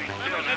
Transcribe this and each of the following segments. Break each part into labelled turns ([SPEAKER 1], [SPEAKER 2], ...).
[SPEAKER 1] Here's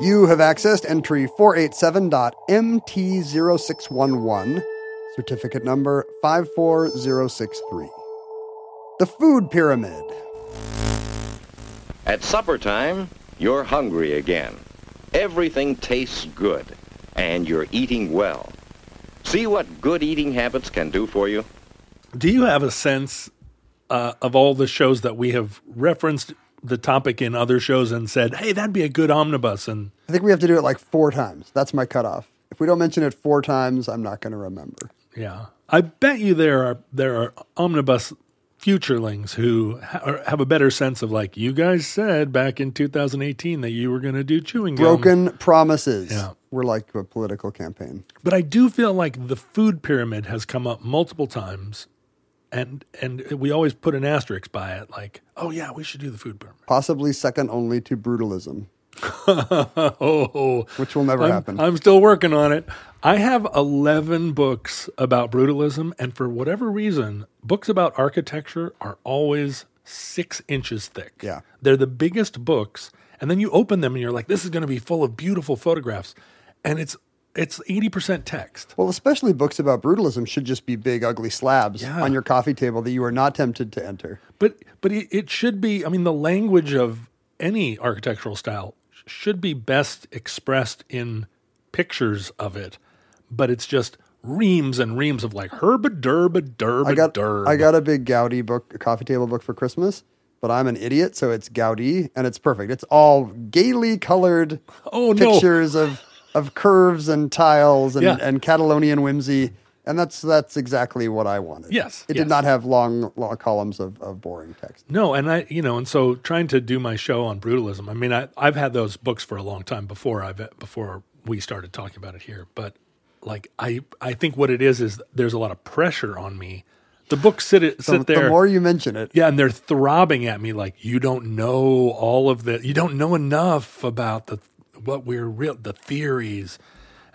[SPEAKER 2] You have accessed entry 487.MT0611, certificate number 54063. The Food Pyramid.
[SPEAKER 3] At supper time, you're hungry again. Everything tastes good, and you're eating well. See what good eating habits can do for you?
[SPEAKER 4] Do you have a sense uh, of all the shows that we have referenced the topic in other shows and said, "Hey, that'd be a good omnibus"? And
[SPEAKER 2] I think we have to do it like four times. That's my cutoff. If we don't mention it four times, I'm not going to remember.
[SPEAKER 4] yeah, I bet you there are there are omnibus futurelings who ha- or have a better sense of like you guys said back in 2018 that you were going to do chewing gum.
[SPEAKER 2] Broken promises.
[SPEAKER 4] Yeah.
[SPEAKER 2] We're like a political campaign.
[SPEAKER 4] But I do feel like the food pyramid has come up multiple times, and and we always put an asterisk by it, like, oh yeah, we should do the food pyramid.
[SPEAKER 2] Possibly second only to brutalism,
[SPEAKER 4] Oh,
[SPEAKER 2] which will never
[SPEAKER 4] I'm,
[SPEAKER 2] happen.
[SPEAKER 4] I'm still working on it. I have eleven books about brutalism, and for whatever reason, books about architecture are always six inches thick.
[SPEAKER 2] Yeah.
[SPEAKER 4] they're the biggest books, and then you open them and you're like, this is going to be full of beautiful photographs, and it's it's eighty percent text.
[SPEAKER 2] well, especially books about brutalism should just be big, ugly slabs
[SPEAKER 4] Yeah.
[SPEAKER 2] on your coffee table that you are not tempted to enter.
[SPEAKER 4] But but it, it should be. I mean, the language of any architectural style sh- should be best expressed in pictures of it. But it's just reams and reams of like herba derba derba
[SPEAKER 2] I got
[SPEAKER 4] derb.
[SPEAKER 2] I got a big Gaudi book, a coffee table book for Christmas, but I'm an idiot, so it's Gaudi, and it's perfect. It's all gaily colored
[SPEAKER 4] Oh, no.
[SPEAKER 2] pictures of of curves and tiles and,
[SPEAKER 4] Yeah.
[SPEAKER 2] and Catalonian whimsy, and that's that's exactly what I wanted.
[SPEAKER 4] Yes,
[SPEAKER 2] it
[SPEAKER 4] yes.
[SPEAKER 2] did not have long, long columns of, of boring text.
[SPEAKER 4] No, and I, you know, and so trying to do my show on brutalism. I mean, I, I've had those books for a long time before I've before we started talking about it here. But like, I, I think what it is is there's a lot of pressure on me. The books sit sit
[SPEAKER 2] The,
[SPEAKER 4] there.
[SPEAKER 2] the more you mention it,
[SPEAKER 4] Yeah, and they're throbbing at me like you don't know all of the you don't know enough about the what we're real the theories.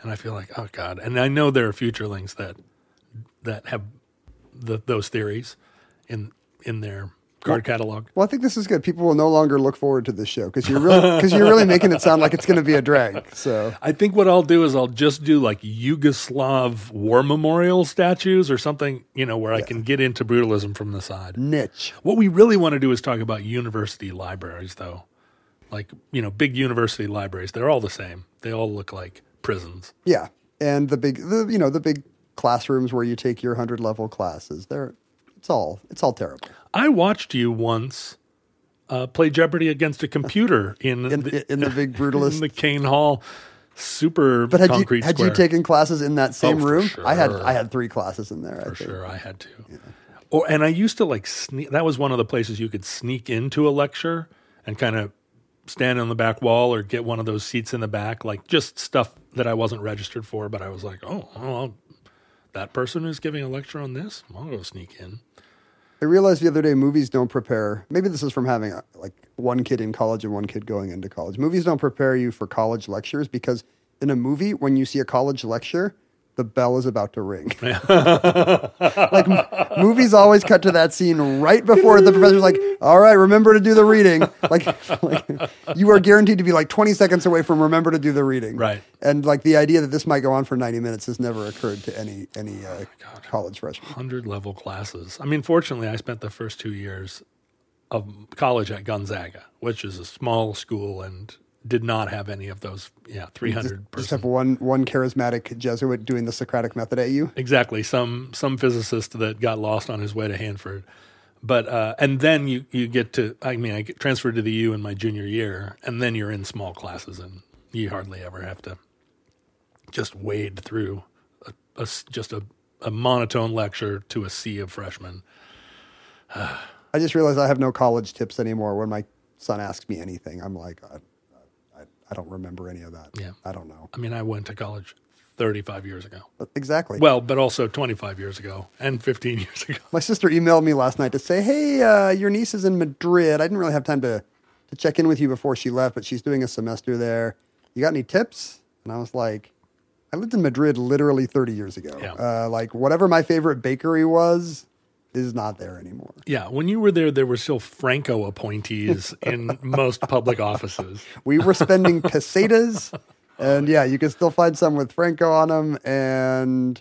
[SPEAKER 4] And I feel like, oh God. And I know there are futurelings that that have the, those theories in in their card catalog.
[SPEAKER 2] Well, I think this is good. People will no longer look forward to this show because you're really because you're really making it sound like it's going to be a drag. So
[SPEAKER 4] I think what I'll do is I'll just do like Yugoslav war memorial statues or something, you know, where I can get into brutalism from the side.
[SPEAKER 2] niche.
[SPEAKER 4] What we really want to do is talk about university libraries, though. Like, you know, big university libraries, they're all the same. They all look like prisons.
[SPEAKER 2] Yeah, and the big, the you know, the big classrooms where you take your hundred level classes. They're it's all it's all terrible.
[SPEAKER 4] I watched you once uh, play Jeopardy against a computer in,
[SPEAKER 2] In
[SPEAKER 4] the,
[SPEAKER 2] in the big
[SPEAKER 4] in
[SPEAKER 2] brutalist.
[SPEAKER 4] the Kane Hall super
[SPEAKER 2] but had
[SPEAKER 4] concrete
[SPEAKER 2] you had you
[SPEAKER 4] square.
[SPEAKER 2] taken classes in that same
[SPEAKER 4] Oh, for
[SPEAKER 2] room? I had
[SPEAKER 4] sure.
[SPEAKER 2] I had three classes in there. I think.
[SPEAKER 4] for sure. I had to. Or and I used to like sneak. That was one of the places you could sneak into a lecture and kind of stand on the back wall or get one of those seats in the back, like just stuff that I wasn't registered for. But I was like, oh, well, I'll- that person is giving a lecture on this. I'll go sneak in.
[SPEAKER 2] I realized the other day movies don't prepare. Maybe this is from having uh, like one kid in college and one kid going into college. Movies don't prepare you for college lectures because in a movie, when you see a college lecture, the bell is about to ring. like m- movies always cut to that scene right before the professor's like, "All right, remember to do the reading." Like, like you are guaranteed to be like 20 seconds away from remember to do the reading.
[SPEAKER 4] Right.
[SPEAKER 2] And like the idea that this might go on for 90 minutes has never occurred to any any uh, college freshman.
[SPEAKER 4] 100 level classes. I mean, fortunately, I spent the first two years of college at Gonzaga, which is a small school and did not have any of those, yeah, 300
[SPEAKER 2] Just
[SPEAKER 4] person.
[SPEAKER 2] have one one charismatic Jesuit doing the Socratic method at you.
[SPEAKER 4] Exactly. Some some physicist that got lost on his way to Hanford. But uh, and then you you get to I mean I get transferred to the U in my junior year and then you're in small classes and you hardly ever have to just wade through a, a s- just a, a monotone lecture to a sea of freshmen.
[SPEAKER 2] I just realized I have no college tips anymore. When my son asks me anything, I'm like, I, I, I don't remember any of that.
[SPEAKER 4] Yeah.
[SPEAKER 2] I don't know.
[SPEAKER 4] I mean I went to college 35 years ago.
[SPEAKER 2] But exactly.
[SPEAKER 4] Well, but also 25 years ago and 15 years ago.
[SPEAKER 2] my sister emailed me last night to say, "Hey, uh, your niece is in Madrid. I didn't really have time to to check in with you before she left, but she's doing a semester there. You got any tips?" And I was like, "I lived in Madrid literally 30 years ago.
[SPEAKER 4] Yeah.
[SPEAKER 2] Uh, like whatever my favorite bakery was." Is not there anymore.
[SPEAKER 4] Yeah, when you were there, there were still Franco appointees in most public offices.
[SPEAKER 2] We were spending pesetas, and yeah, you can still find some with Franco on them. And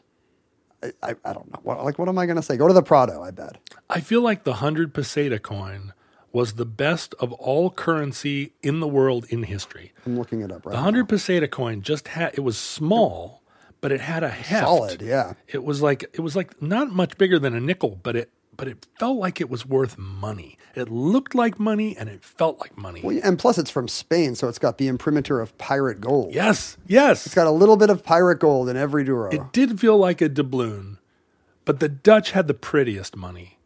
[SPEAKER 2] I, I, I don't know. What, like, what am I going to say? Go to the Prado, I bet.
[SPEAKER 4] I feel like the 100 peseta coin was the best of all currency in the world in history.
[SPEAKER 2] I'm looking it up right
[SPEAKER 4] The 100 peseta coin just had, it was small, but it had a
[SPEAKER 2] now.
[SPEAKER 4] heft.
[SPEAKER 2] Solid, yeah.
[SPEAKER 4] It was like, it was like not much bigger than a nickel, but it, but it felt like it was worth money. It looked like money and it felt like money.
[SPEAKER 2] Well, yeah, and plus, it's from Spain, so it's got the imprimatur of pirate gold.
[SPEAKER 4] yes, yes.
[SPEAKER 2] It's got a little bit of pirate gold in every duro.
[SPEAKER 4] It did feel like a doubloon, but the Dutch had the prettiest money,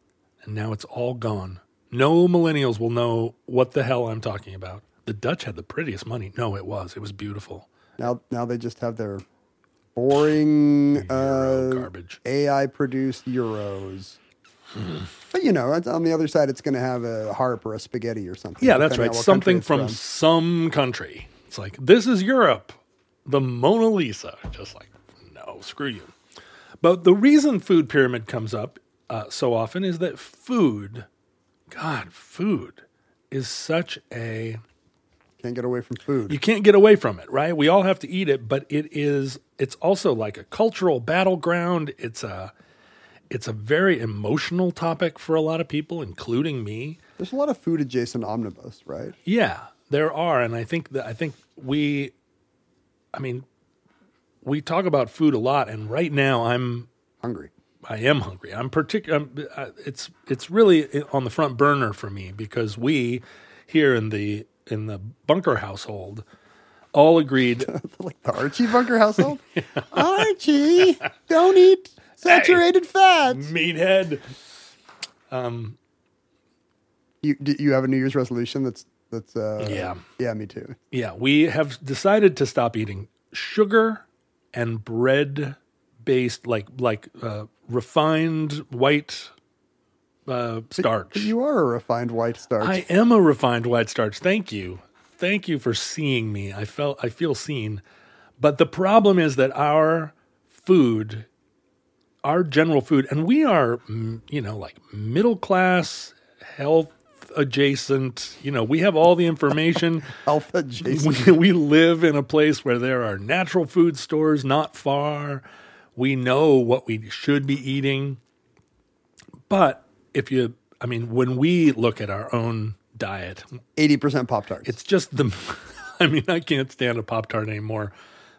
[SPEAKER 4] and now it's all gone. No millennials will know what the hell I'm talking about. The Dutch had the prettiest money. No, it was. It was beautiful.
[SPEAKER 2] now, now they just have their boring
[SPEAKER 4] Euro
[SPEAKER 2] uh,
[SPEAKER 4] garbage.
[SPEAKER 2] AI produced euros.
[SPEAKER 4] Hmm.
[SPEAKER 2] But you know, it's- on the other side, it's going to have a harp or a spaghetti or something.
[SPEAKER 4] Yeah, that's
[SPEAKER 2] depending
[SPEAKER 4] right.
[SPEAKER 2] on what country
[SPEAKER 4] Something
[SPEAKER 2] it's
[SPEAKER 4] from some country. It's like, this is Europe, the Mona Lisa. Just like, no, screw you. But the reason food pyramid comes up uh, so often is that food, God, food is such a
[SPEAKER 2] Can't get away from food.
[SPEAKER 4] you can't get away from it, right? We all have to eat it, but it is it's also like a cultural battleground. It's a it's a very emotional topic for a lot of people, including me.
[SPEAKER 2] There's a lot of food adjacent omnibus, right?
[SPEAKER 4] Yeah, there are, and I think that I think we, I mean, we talk about food a lot, and right now I'm
[SPEAKER 2] Hungry.
[SPEAKER 4] I am hungry. I'm particular. It's it's really on the front burner for me because we here in the in the bunker household all agreed
[SPEAKER 2] Like the Archie Bunker household. Archie, don't eat saturated fats.
[SPEAKER 4] meathead.
[SPEAKER 2] You do you have a New Year's resolution that's that's uh
[SPEAKER 4] Yeah.
[SPEAKER 2] yeah me too.
[SPEAKER 4] Yeah, we have decided to stop eating sugar and bread based like like uh, refined white uh, starch.
[SPEAKER 2] You are a refined white starch.
[SPEAKER 4] I am a refined white starch. Thank you. Thank you for seeing me. I felt I feel seen. But the problem is that our food our general food and we are mm, you know like middle class health adjacent, you know, we have all the information.
[SPEAKER 2] Alpha Jason.
[SPEAKER 4] we, we live in a place where there are natural food stores not far. We know what we should be eating. But if you, I mean, when we look at our own diet,
[SPEAKER 2] Eighty percent Pop Tarts. Is
[SPEAKER 4] it's just the, I mean, I can't stand a Pop Tart anymore.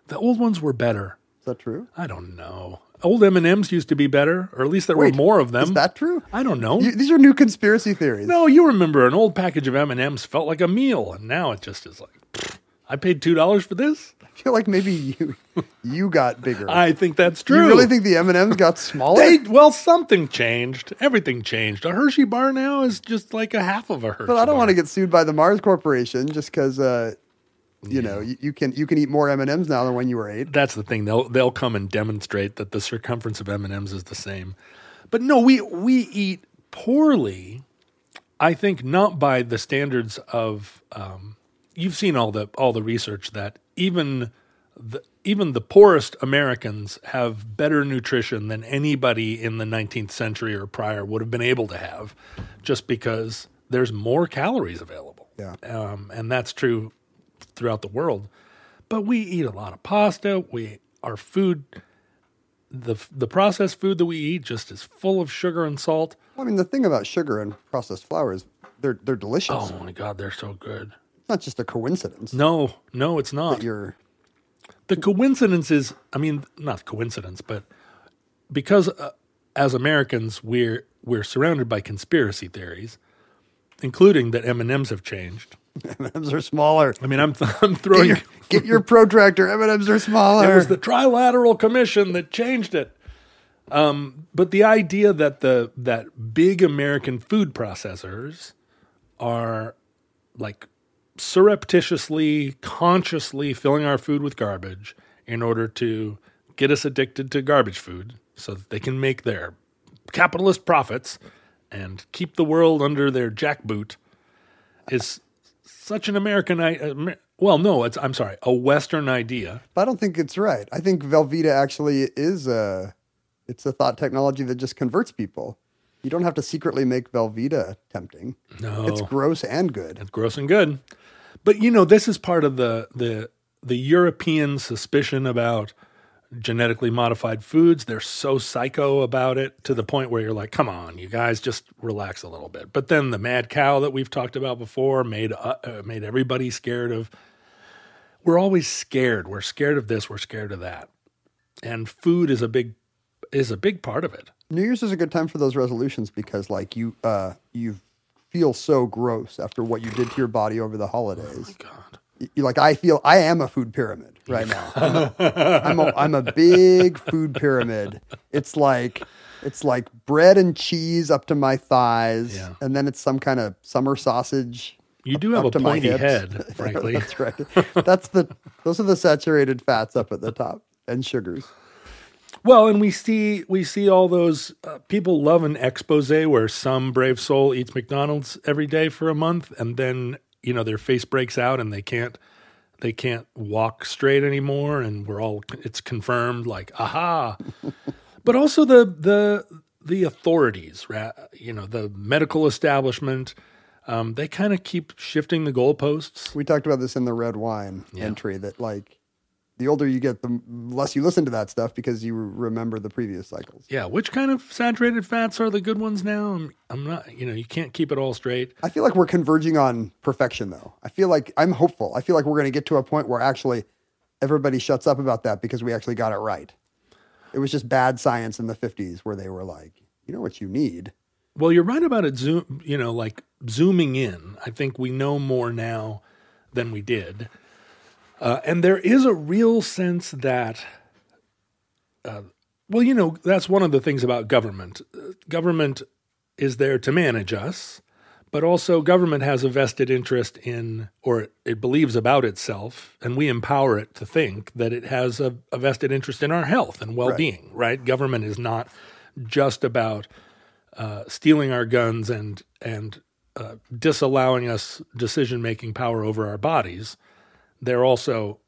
[SPEAKER 4] The old ones were better.
[SPEAKER 2] that true?
[SPEAKER 4] I don't know. Old M&Ms used to be better, or at least there
[SPEAKER 2] Wait,
[SPEAKER 4] were more of them.
[SPEAKER 2] Is that true?
[SPEAKER 4] I don't know.
[SPEAKER 2] You- these are new conspiracy theories.
[SPEAKER 4] No, you remember an old package of M and M's felt like a meal, and now it just is like, pfft, I paid two dollars for this.
[SPEAKER 2] I feel like maybe you you got bigger.
[SPEAKER 4] I think that's
[SPEAKER 2] you
[SPEAKER 4] true.
[SPEAKER 2] really think the M and M's got smaller?
[SPEAKER 4] They, well, something changed. Everything changed. A Hershey bar now is just like a half of a Hershey.
[SPEAKER 2] But I don't
[SPEAKER 4] bar.
[SPEAKER 2] want to get sued by the Mars Corporation just because, uh, you know, you, you can you can eat more M and M's now than when you were eight.
[SPEAKER 4] That's the thing. They'll they'll come and demonstrate that the circumference of M and M's is the same. But no, we we eat poorly. I think not by the standards of. Um, you've seen all the all the research that even the, even the poorest Americans have better nutrition than anybody in the 19th century or prior would have been able to have, just because there's more calories available.
[SPEAKER 2] Yeah.
[SPEAKER 4] um, and that's true throughout the world. But we eat a lot of pasta. We our food, the the processed food that we eat, just is full of sugar and salt.
[SPEAKER 2] Well, I mean, the thing about sugar and processed flour is they're they're delicious.
[SPEAKER 4] Oh my God, they're so good.
[SPEAKER 2] It's not just a coincidence.
[SPEAKER 4] No, no, it's not.
[SPEAKER 2] You're
[SPEAKER 4] the coincidence is i mean not coincidence but because uh, as americans we're we're surrounded by conspiracy theories including that m&ms have changed
[SPEAKER 2] M&Ms are smaller.
[SPEAKER 4] i mean i'm, I'm
[SPEAKER 2] Get
[SPEAKER 4] throwing
[SPEAKER 2] your, get your protractor. M&Ms are
[SPEAKER 4] it
[SPEAKER 2] smaller.
[SPEAKER 4] was the trilateral commission that changed it um, but the idea that the that big american food processors are like surreptitiously consciously filling our food with garbage in order to get us addicted to garbage food so that they can make their capitalist profits and keep the world under their jackboot is such an american i Amer- well no it's i'm sorry a western idea
[SPEAKER 2] But I don't think it's right. I think Velveeta actually is a it's a thought technology that just converts people. You don't have to secretly make Velveeta tempting.
[SPEAKER 4] no
[SPEAKER 2] It's gross and good.
[SPEAKER 4] It's gross and good. But you know, this is part of the the the European suspicion about genetically modified foods. They're so psycho about it to the point where you're like, "Come on, you guys, just relax a little bit." But then the mad cow that we've talked about before made uh, uh, made everybody scared of. We're always scared. We're scared of this. We're scared of that. And food is a big is a big part of it.
[SPEAKER 2] New Year's is a good time for those resolutions because like you uh you feel so gross after what you did to your body over the holidays.
[SPEAKER 4] Oh God.
[SPEAKER 2] Y- You like I feel I am a food pyramid right now. I'm a, I'm a, I'm a big food pyramid. It's like it's like bread and cheese up to my thighs,
[SPEAKER 4] Yeah.
[SPEAKER 2] and then it's some kind of summer sausage.
[SPEAKER 4] You
[SPEAKER 2] up-
[SPEAKER 4] do have
[SPEAKER 2] up
[SPEAKER 4] a
[SPEAKER 2] to my
[SPEAKER 4] pointy
[SPEAKER 2] hips.
[SPEAKER 4] head, frankly.
[SPEAKER 2] That's right. That's the those are the saturated fats up at the top and sugars.
[SPEAKER 4] Well, and we see we see all those uh, people love an expose where some brave soul eats McDonald's every day for a month, and then you know their face breaks out and they can't they can't walk straight anymore, and we're all it's confirmed like aha. but also the the the authorities, ra- you know, the medical establishment, um, they kind of keep shifting the goalposts.
[SPEAKER 2] We talked about this in the red wine entry that like the older you get, the less you listen to that stuff because you remember the previous cycles.
[SPEAKER 4] Yeah, which kind of saturated fats are the good ones now? I'm, I'm not, you know, you can't keep it all straight.
[SPEAKER 2] I feel like we're converging on perfection, though. I feel like I'm hopeful. I feel like we're going to get to a point where actually everybody shuts up about that because we actually got it right. It was just bad science in the 50s where they were like, you know what you need?
[SPEAKER 4] Well, you're right about it. Zoom, you know, like zooming in. I think we know more now than we did, uh, and there is a real sense that, uh, well, you know, that's one of the things about government. Uh, Government is there to manage us, but also government has a vested interest in, or it, it believes about itself, and we empower it to think that it has a, a vested interest in our health and well-being. right? Government is not just about stealing our guns and and uh, disallowing us decision making power over our bodies, they're also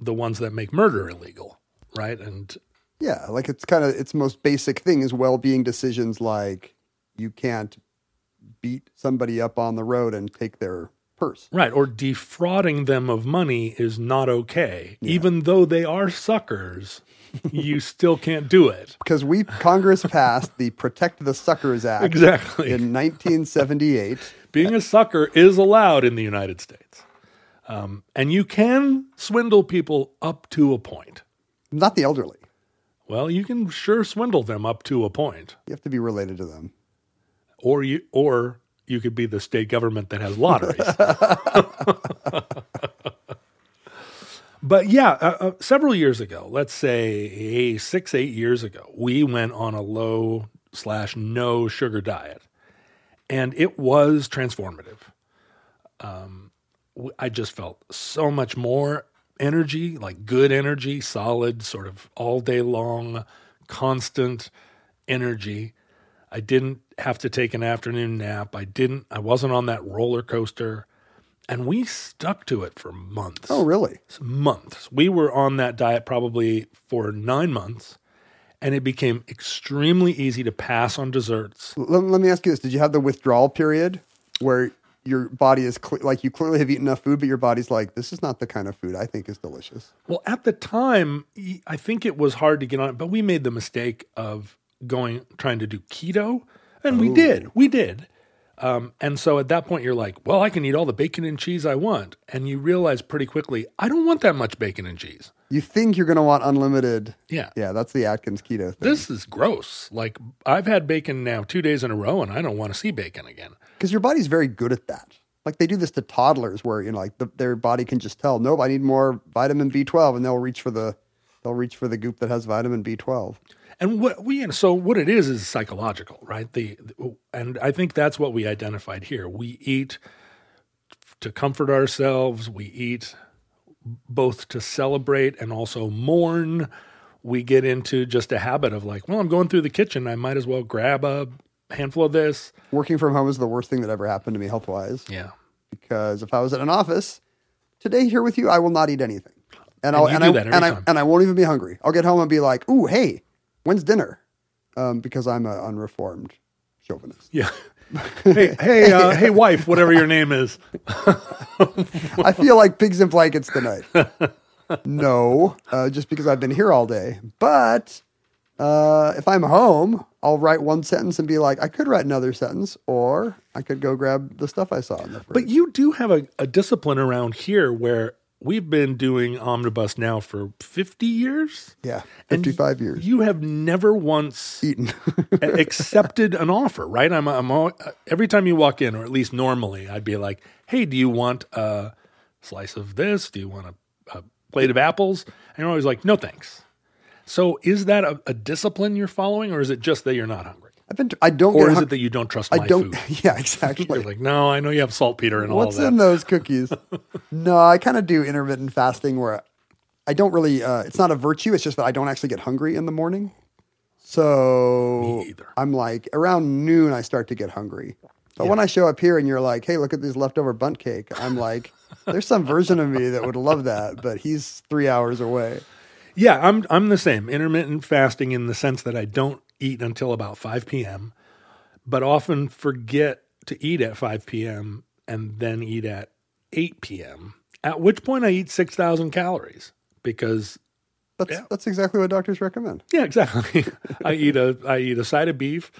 [SPEAKER 4] the ones that make murder illegal, right? And
[SPEAKER 2] Yeah, like it's kind of its most basic thing is well-being decisions like you can't beat somebody up on the road and take their purse.
[SPEAKER 4] right or defrauding them of money is not okay, even though they are suckers. you still can't do it.
[SPEAKER 2] Because we Congress passed the Protect the Suckers Act
[SPEAKER 4] Exactly.
[SPEAKER 2] in 1978.
[SPEAKER 4] Being a sucker is allowed in the United States. Um, and you can swindle people up to a point.
[SPEAKER 2] Not the elderly.
[SPEAKER 4] Well, you can sure swindle them up to a point.
[SPEAKER 2] You have to be related to them.
[SPEAKER 4] or you or you could be the state government that has lotteries. but yeah, uh, uh, several years ago, let's say six eight years ago, we went on a low slash no sugar diet, and it was transformative. Um, w- I just felt so much more energy, like good energy, solid, sort of all day long, constant energy. I didn't have to take an afternoon nap. I didn't I wasn't on that roller coaster. And we stuck to it for months.
[SPEAKER 2] Oh, really?
[SPEAKER 4] months. We were on that diet probably for nine months, and it became extremely easy to pass on desserts.
[SPEAKER 2] Let, let me ask you this: Did you have the withdrawal period where your body is cle like you clearly have eaten enough food, but your body's like, this is not the kind of food I think is delicious.
[SPEAKER 4] Well, at the time, y- I think it was hard to get on it, but we made the mistake of going trying to do keto, and we did, we did. Um, and so at that point, you're like, well, I can eat all the bacon and cheese I want, and you realize pretty quickly, I don't want that much bacon and cheese.
[SPEAKER 2] You think you're going to want unlimited.
[SPEAKER 4] Yeah.
[SPEAKER 2] Yeah, that's the Atkins keto thing.
[SPEAKER 4] This is gross. Like I've had bacon now two days in a row, and I don't want to see bacon again.
[SPEAKER 2] Because your body's very good at that. Like they do this to toddlers where, you know, like the, their body can just tell, nope, I need more vitamin B12. And they'll reach for the, they'll reach for the goop that has vitamin B12.
[SPEAKER 4] And what we and so what it is is psychological, right? The and I think that's what we identified here. We eat to comfort ourselves. We eat both to celebrate and also mourn. We get into just a habit of like, well, I'm going through the kitchen. I might as well grab a handful of this.
[SPEAKER 2] Working from home is the worst thing that ever happened to me health wise.
[SPEAKER 4] Yeah.
[SPEAKER 2] because if I was at an office today here with you, I will not eat anything. And, I'll
[SPEAKER 4] you
[SPEAKER 2] and
[SPEAKER 4] do
[SPEAKER 2] I
[SPEAKER 4] that every
[SPEAKER 2] and I
[SPEAKER 4] time.
[SPEAKER 2] and I won't even be hungry. I'll get home and be like, "Ooh, hey, when's dinner?" Um, because I'm an unreformed chauvinist.
[SPEAKER 4] Yeah. hey, hey, uh, hey, wife, whatever your name is.
[SPEAKER 2] I feel like pigs and blankets tonight. no, uh, just because I've been here all day. But uh, if I'm home, I'll write one sentence and be like, "I could write another sentence," or I could go grab the stuff I saw in the fridge.
[SPEAKER 4] But you do have a, a discipline around here where we've been doing omnibus now for 50 years.
[SPEAKER 2] yeah,
[SPEAKER 4] And
[SPEAKER 2] fifty-five years
[SPEAKER 4] You have never once
[SPEAKER 2] eaten.
[SPEAKER 4] a- accepted an offer, right? I'm, I'm all, every time you walk in, or at least normally, I'd be like, "Hey, do you want a slice of this? Do you want a, a plate of apples?" And you're always like, "No, thanks." So, is that a, a discipline you're following, or is it just that you're not hungry,
[SPEAKER 2] I've been. I don't.
[SPEAKER 4] or
[SPEAKER 2] get
[SPEAKER 4] is
[SPEAKER 2] hung-
[SPEAKER 4] it that you don't trust my
[SPEAKER 2] I don't.
[SPEAKER 4] food?
[SPEAKER 2] Yeah, exactly.
[SPEAKER 4] You're like, "No, I know you have saltpeter and
[SPEAKER 2] What's
[SPEAKER 4] all that."
[SPEAKER 2] in those cookies? no, I kind of do intermittent fasting where I don't really. Uh, it's not a virtue. It's just that I don't actually get hungry in the morning. So
[SPEAKER 4] Me either.
[SPEAKER 2] I'm like around noon I start to get hungry. But when I show up here and you're like, "Hey, look at this leftover bunt cake," I'm like, "There's some version of me that would love that, but he's three hours away."
[SPEAKER 4] Yeah, I'm I'm the same. Intermittent fasting in the sense that I don't eat until about 5 p.m., but often forget to eat at 5 p.m. and then eat at 8 p.m. At which point I eat 6,000 calories because
[SPEAKER 2] That's
[SPEAKER 4] Yeah.
[SPEAKER 2] that's exactly what doctors recommend.
[SPEAKER 4] yeah, exactly. I eat a I eat a side of beef,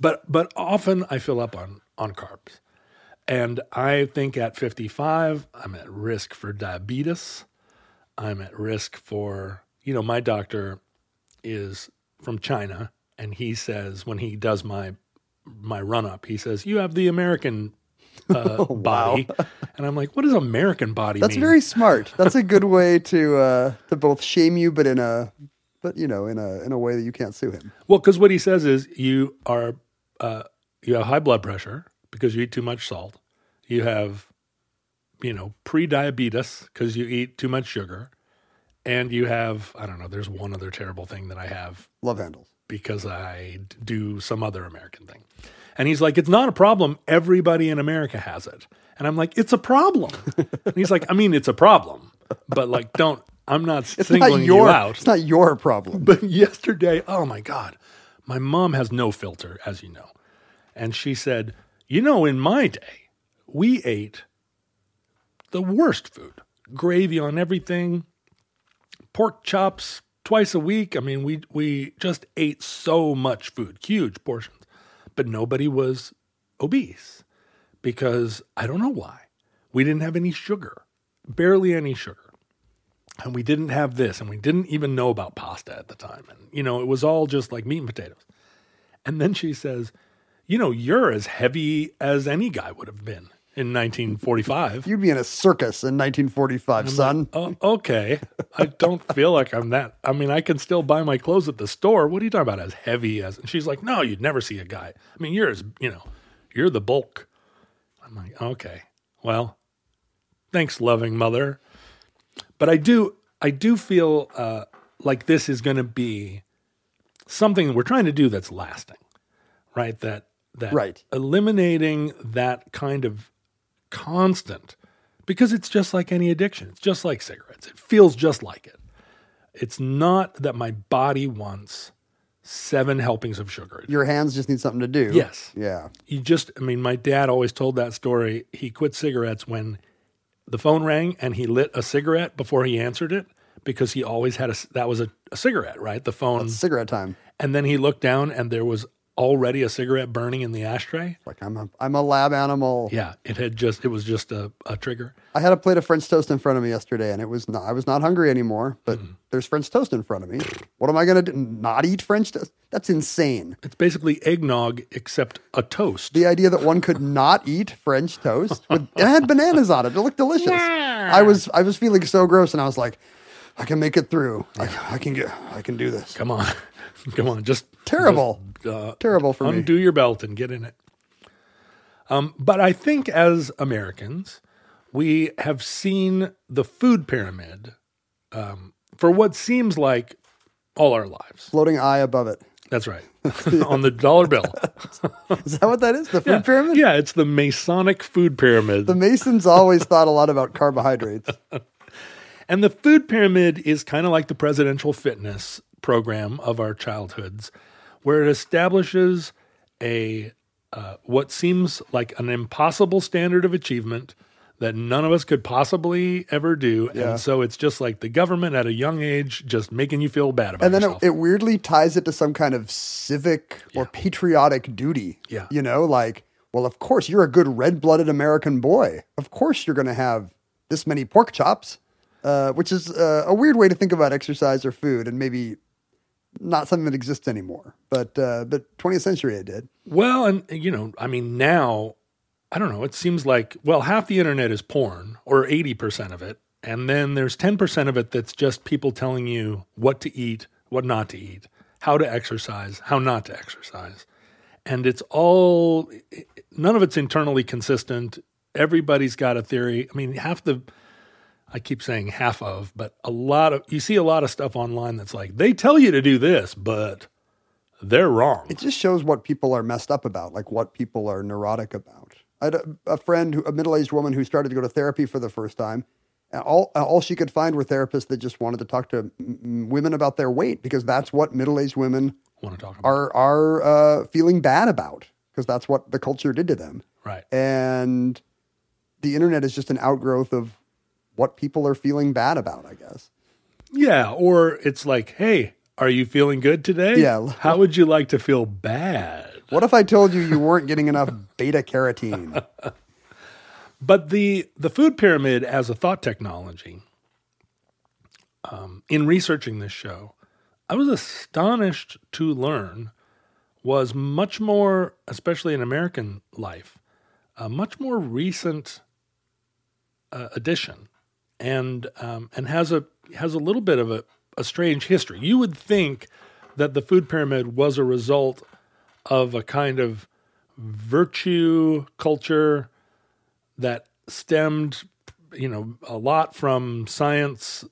[SPEAKER 4] but but often I fill up on on carbs. And I think at 55, I'm at risk for diabetes. I'm at risk for, you know, my doctor is from China and he says when he does my my run up, he says, "You have the American uh, body." And I'm like, "What does American body
[SPEAKER 2] That's
[SPEAKER 4] mean?"
[SPEAKER 2] very smart. That's a good way to uh, to both shame you, but in a but you know in a in a way that you can't sue him.
[SPEAKER 4] Well, because what he says is you are uh, you have high blood pressure because you eat too much salt. You have you know pre-diabetes because you eat too much sugar, and you have I don't know. There's one other terrible thing that I have
[SPEAKER 2] Love handles.
[SPEAKER 4] because I d- do some other American thing. And he's like, it's not a problem. Everybody in America has it. And I'm like, it's a problem. and he's like, I mean, it's a problem, but like, don't. I'm not singling
[SPEAKER 2] not your,
[SPEAKER 4] you out.
[SPEAKER 2] It's not your problem.
[SPEAKER 4] But yesterday, oh my God, my mom has no filter, as you know. And she said, You know, in my day, we ate the worst food gravy on everything, pork chops twice a week. I mean, we, we just ate so much food, huge portions. But nobody was obese because I don't know why. We didn't have any sugar, barely any sugar and we didn't have this and we didn't even know about pasta at the time and you know it was all just like meat and potatoes and then she says you know you're as heavy as any guy would have been in 1945
[SPEAKER 2] You'd be in a circus in 1945, son.
[SPEAKER 4] oh, okay i don't feel like i'm that i mean i can still buy my clothes at the store what are you talking about as heavy as and she's like no you'd never see a guy i mean you're as you know you're the bulk i'm like okay well thanks loving mother but i do i do feel uh, like this is going to be something that we're trying to do that's lasting right that that
[SPEAKER 2] Right.
[SPEAKER 4] eliminating that kind of constant because it's just like any addiction. It's just like cigarettes. It feels just like it. It's not that my body wants seven helpings of sugar.
[SPEAKER 2] Your hands just need something to do.
[SPEAKER 4] Yes.
[SPEAKER 2] Yeah.
[SPEAKER 4] You just, I mean, my dad always told that story. He quit cigarettes when the phone rang and he lit a cigarette before he answered it because he always had a, that was a, a cigarette, right? The phone.
[SPEAKER 2] Cigarette time.
[SPEAKER 4] and then he looked down and there was already a cigarette burning in the ashtray.
[SPEAKER 2] Like I'm a I'm a lab animal.
[SPEAKER 4] Yeah. It had just, it was just a, a trigger.
[SPEAKER 2] I had a plate of French toast in front of me yesterday, and it was not, I was not hungry anymore. But
[SPEAKER 4] Mm.
[SPEAKER 2] there's French toast in front of me. What am I gonna do? Not eat French toast? That's insane.
[SPEAKER 4] It's basically eggnog except a toast.
[SPEAKER 2] The idea that one could not eat French toast with it had bananas on it. It looked delicious. I was I was feeling so gross, and I was like, I can make it through. I, I can get I can do this.
[SPEAKER 4] Come on. Come on. Just
[SPEAKER 2] Terrible.
[SPEAKER 4] just, uh,
[SPEAKER 2] Terrible for me.
[SPEAKER 4] undo your belt and get in it. Um, but I think as Americans, we have seen the food pyramid um, for what seems like all our lives.
[SPEAKER 2] Floating eye above it.
[SPEAKER 4] That's right, on the dollar bill.
[SPEAKER 2] Is that what that is? The food pyramid?
[SPEAKER 4] Yeah, it's the Masonic food pyramid.
[SPEAKER 2] The Masons always thought a lot about carbohydrates.
[SPEAKER 4] And the food pyramid is kind of like the presidential fitness program of our childhoods, where it establishes a uh, what seems like an impossible standard of achievement that none of us could possibly ever do.
[SPEAKER 2] Yeah.
[SPEAKER 4] And so it's just like the government at a young age just making you feel bad about
[SPEAKER 2] And then it,
[SPEAKER 4] yourself.
[SPEAKER 2] it weirdly ties it to some kind of civic or patriotic duty.
[SPEAKER 4] Yeah.
[SPEAKER 2] You know, like, well, of course, you're a good red blooded American boy. Of course, you're going to have this many pork chops, uh, which is uh, a weird way to think about exercise or food and maybe not something that exists anymore. But, uh, but 20th century it did.
[SPEAKER 4] well, and you know, I mean, now I don't know. It seems like well, half the internet is porn, or eighty percent of it, and then there's ten percent of it that's just people telling you what to eat, what not to eat, how to exercise, how not to exercise, and it's all none of it's internally consistent. Everybody's got a theory. I mean, half the I keep saying half of, but a lot of you see a lot of stuff online that's like they tell you to do this, but they're wrong.
[SPEAKER 2] it just shows what people are messed up about, like what people are neurotic about. I had a, a friend, who, a middle-aged woman, who started to go to therapy for the first time, and all all she could find were therapists that just wanted to talk to mm, women about their weight because that's what middle-aged women
[SPEAKER 4] Want to talk about
[SPEAKER 2] are are uh, feeling bad about because that's what the culture did to them,
[SPEAKER 4] right?
[SPEAKER 2] and the internet is just an outgrowth of what people are feeling bad about, I guess.
[SPEAKER 4] Yeah, or it's like, hey, are you feeling good today?
[SPEAKER 2] Yeah.
[SPEAKER 4] How would you like to feel bad?
[SPEAKER 2] What if I told you you weren't getting enough beta carotene?
[SPEAKER 4] But the the food pyramid as a thought technology. Um, in researching this show, I was astonished to learn was much more, especially in American life, a much more recent uh, addition, and um, and has a has a little bit of a, a strange history. You would think that the food pyramid was a result of a kind of virtue culture that stemmed, you know, a lot from science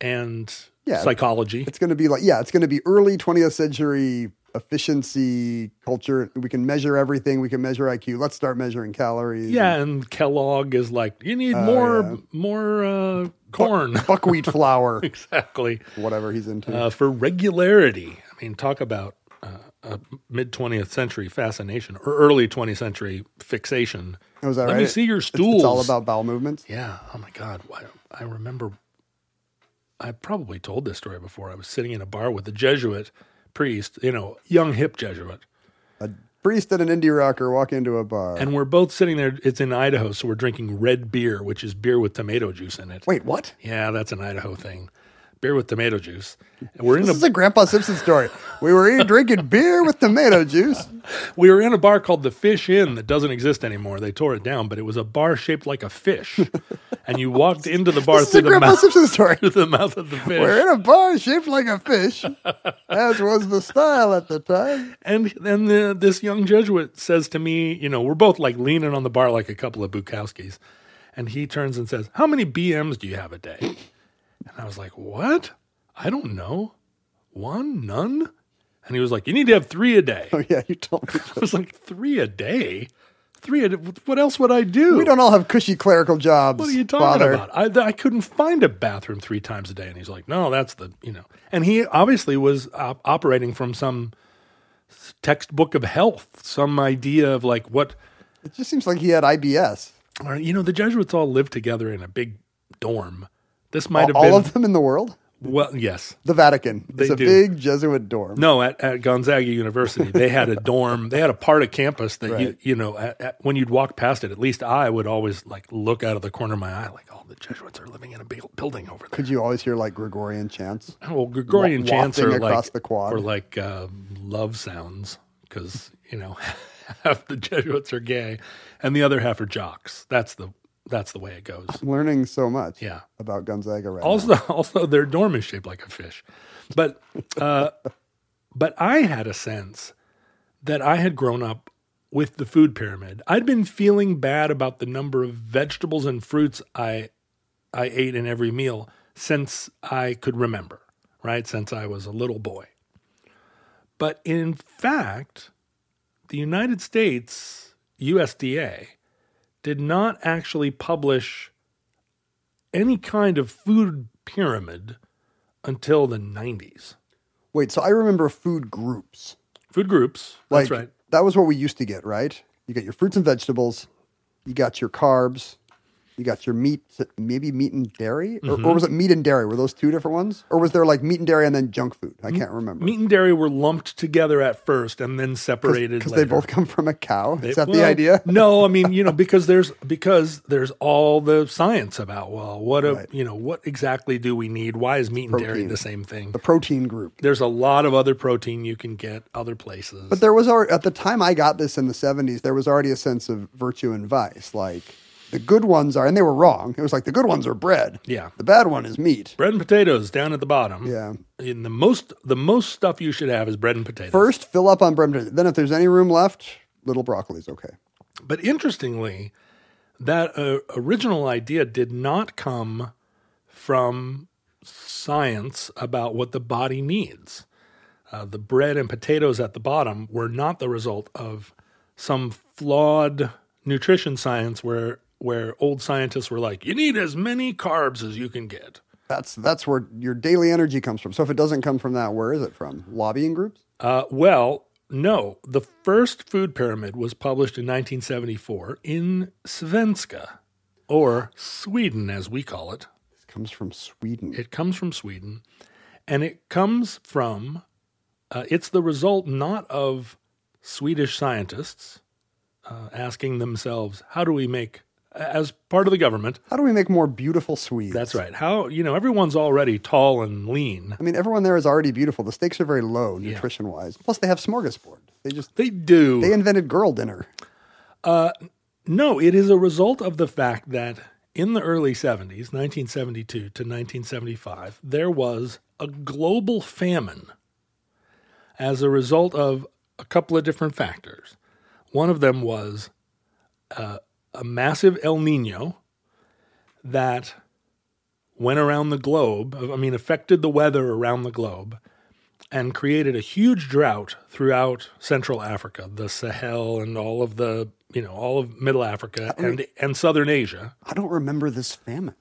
[SPEAKER 4] and
[SPEAKER 2] Yeah.
[SPEAKER 4] psychology.
[SPEAKER 2] it's going to be like yeah it's going to be early 20th century efficiency culture we can measure everything we can measure iq let's start measuring calories
[SPEAKER 4] Yeah, and Kellogg is like, you
[SPEAKER 2] Oh,
[SPEAKER 4] need more more uh, corn,
[SPEAKER 2] buckwheat flour
[SPEAKER 4] exactly,
[SPEAKER 2] whatever he's into
[SPEAKER 4] uh, for regularity. I mean, talk about uh, a mid twentieth century fascination or early twentieth century fixation.
[SPEAKER 2] Oh, is that
[SPEAKER 4] Let me
[SPEAKER 2] right?
[SPEAKER 4] see your
[SPEAKER 2] It's-
[SPEAKER 4] stools.
[SPEAKER 2] it's all about bowel movements
[SPEAKER 4] Yeah. Oh my God. Why- I remember. I probably told this story before. I was sitting in a bar with a Jesuit priest, you know, young hip Jesuit,
[SPEAKER 2] a priest and an indie rocker walk into a bar
[SPEAKER 4] and we're both sitting there. It's in Idaho, so we're drinking red beer, which is beer with tomato juice in it.
[SPEAKER 2] wait what
[SPEAKER 4] Yeah, that's an Idaho thing. Beer with tomato juice. And We're in
[SPEAKER 2] this is
[SPEAKER 4] a,
[SPEAKER 2] a grandpa simpson story we were eating, drinking beer with tomato juice
[SPEAKER 4] we were in a bar called the Fish Inn that doesn't exist anymore. They tore it down, but it was a bar shaped like a fish, and you walked into the bar
[SPEAKER 2] this is a
[SPEAKER 4] through the
[SPEAKER 2] grandpa
[SPEAKER 4] mouth
[SPEAKER 2] simpson story
[SPEAKER 4] through the mouth of the fish.
[SPEAKER 2] we're in a bar shaped like a fish as was the style at the time
[SPEAKER 4] And then the, this young Jesuit says to me, you know, we're both like leaning on the bar like a couple of Bukowskis. And he turns and says, How many BMs do you have a day? And I was like, What? I don't know. One? None? And he was like, You need to have three a day.
[SPEAKER 2] oh yeah you told me
[SPEAKER 4] I was like, Three a day? Three. I'd- What else would I do?
[SPEAKER 2] We don't all have cushy clerical jobs.
[SPEAKER 4] What are you talking
[SPEAKER 2] father.
[SPEAKER 4] about? I, th- I couldn't find a bathroom three times a day. And he's like, no, that's the, you know. And he obviously was op- operating from some s- textbook of health, some idea of like what,
[SPEAKER 2] It just seems like he had IBS.
[SPEAKER 4] or, you know, the Jesuits all lived together in a big dorm. This might
[SPEAKER 2] All,
[SPEAKER 4] have
[SPEAKER 2] all
[SPEAKER 4] been,
[SPEAKER 2] of them in the world?
[SPEAKER 4] well, yes.
[SPEAKER 2] The Vatican. It's
[SPEAKER 4] They
[SPEAKER 2] a
[SPEAKER 4] do.
[SPEAKER 2] big Jesuit dorm.
[SPEAKER 4] No, at, at Gonzaga University, they had a dorm. They had a part of campus that you,
[SPEAKER 2] Right.
[SPEAKER 4] you know, at, at- when you'd walk past it, at least I would always like look out of the corner of my eye, like, oh, the Jesuits are living in a big building over there.
[SPEAKER 2] Could you always hear like Gregorian chants?
[SPEAKER 4] Well, Gregorian
[SPEAKER 2] Wa-
[SPEAKER 4] chants are
[SPEAKER 2] wafting
[SPEAKER 4] like
[SPEAKER 2] across the quad.
[SPEAKER 4] or like uh, love sounds because you know half the Jesuits are gay and the other half are jocks. That's the that's the way it goes.
[SPEAKER 2] I'm learning so much
[SPEAKER 4] Yeah.
[SPEAKER 2] about Gonzaga right now.
[SPEAKER 4] Also, also their dorm is shaped like a fish, but uh, but I had a sense that I had grown up with the food pyramid. I'd been feeling bad about the number of vegetables and fruits I I ate in every meal since I could remember, right? Since I was a little boy. But in fact, the United States USDA did not actually publish any kind of food pyramid until the 90s.
[SPEAKER 2] Wait, so I remember food groups.
[SPEAKER 4] Food groups,
[SPEAKER 2] Like
[SPEAKER 4] that's right.
[SPEAKER 2] that was what we used to get, right? You got your fruits and vegetables, you got your carbs, you got your meat, maybe meat and dairy, or,
[SPEAKER 4] Mm-hmm.
[SPEAKER 2] or was it meat and dairy? Were those two different ones, or was there like meat and dairy and then junk food? I can't remember.
[SPEAKER 4] Meat and dairy were lumped together at first and then separated
[SPEAKER 2] because they
[SPEAKER 4] later.
[SPEAKER 2] both come from a cow.
[SPEAKER 4] They-
[SPEAKER 2] Is that the
[SPEAKER 4] well,
[SPEAKER 2] idea?
[SPEAKER 4] no, I mean, you know, because there's because there's all the science about well, what a,
[SPEAKER 2] Right.
[SPEAKER 4] you know, what exactly do we need? Why is meat and dairy
[SPEAKER 2] Protein.
[SPEAKER 4] the same thing?
[SPEAKER 2] The protein group.
[SPEAKER 4] There's a lot of other protein you can get other places.
[SPEAKER 2] But there was already, at the time I got this in the 70s, there was already a sense of virtue and vice. Like the good ones are, and they were wrong. It was like the good ones are bread.
[SPEAKER 4] Yeah. Mm-hmm.
[SPEAKER 2] The bad one is meat.
[SPEAKER 4] bread and potatoes down at the bottom.
[SPEAKER 2] Yeah.
[SPEAKER 4] In the most the most stuff you should have is bread and potatoes.
[SPEAKER 2] First, fill up on bread. and potatoes. Then, if there's any room left, little broccoli's okay.
[SPEAKER 4] But interestingly, that uh, original idea did not come from science about what the body needs. Uh, the bread and potatoes at the bottom were not the result of some flawed nutrition science where where old scientists were like, you need as many carbs as you can get.
[SPEAKER 2] That's that's where your daily energy comes from. So if it doesn't come from that, where is it from? Lobbying groups?
[SPEAKER 4] Uh, well, no. The first food pyramid was published in 1974 in Svenska, or Sweden as we call it.
[SPEAKER 2] This comes from Sweden.
[SPEAKER 4] It comes from Sweden, and it comes from. Uh, it's the result not of Swedish scientists uh, asking themselves, "How do we make?" As part of the government,
[SPEAKER 2] How do we make more beautiful Swedes?
[SPEAKER 4] that's right. How you know everyone's already tall and lean.
[SPEAKER 2] I mean, everyone there is already beautiful. The stakes are very low nutrition wise. Plus, they have smorgasbord. They just
[SPEAKER 4] They do.
[SPEAKER 2] they invented girl dinner.
[SPEAKER 4] No, it is a result of the fact that in the early 70s, 1972 to 1975, there was a global famine as a result of a couple of different factors. One of them was uh, a massive El Nino that went around the globe, I mean, affected the weather around the globe. And created a huge drought throughout Central Africa, the Sahel, and all of the you know all of Middle Africa and and Southern Asia.
[SPEAKER 2] I don't remember this famine.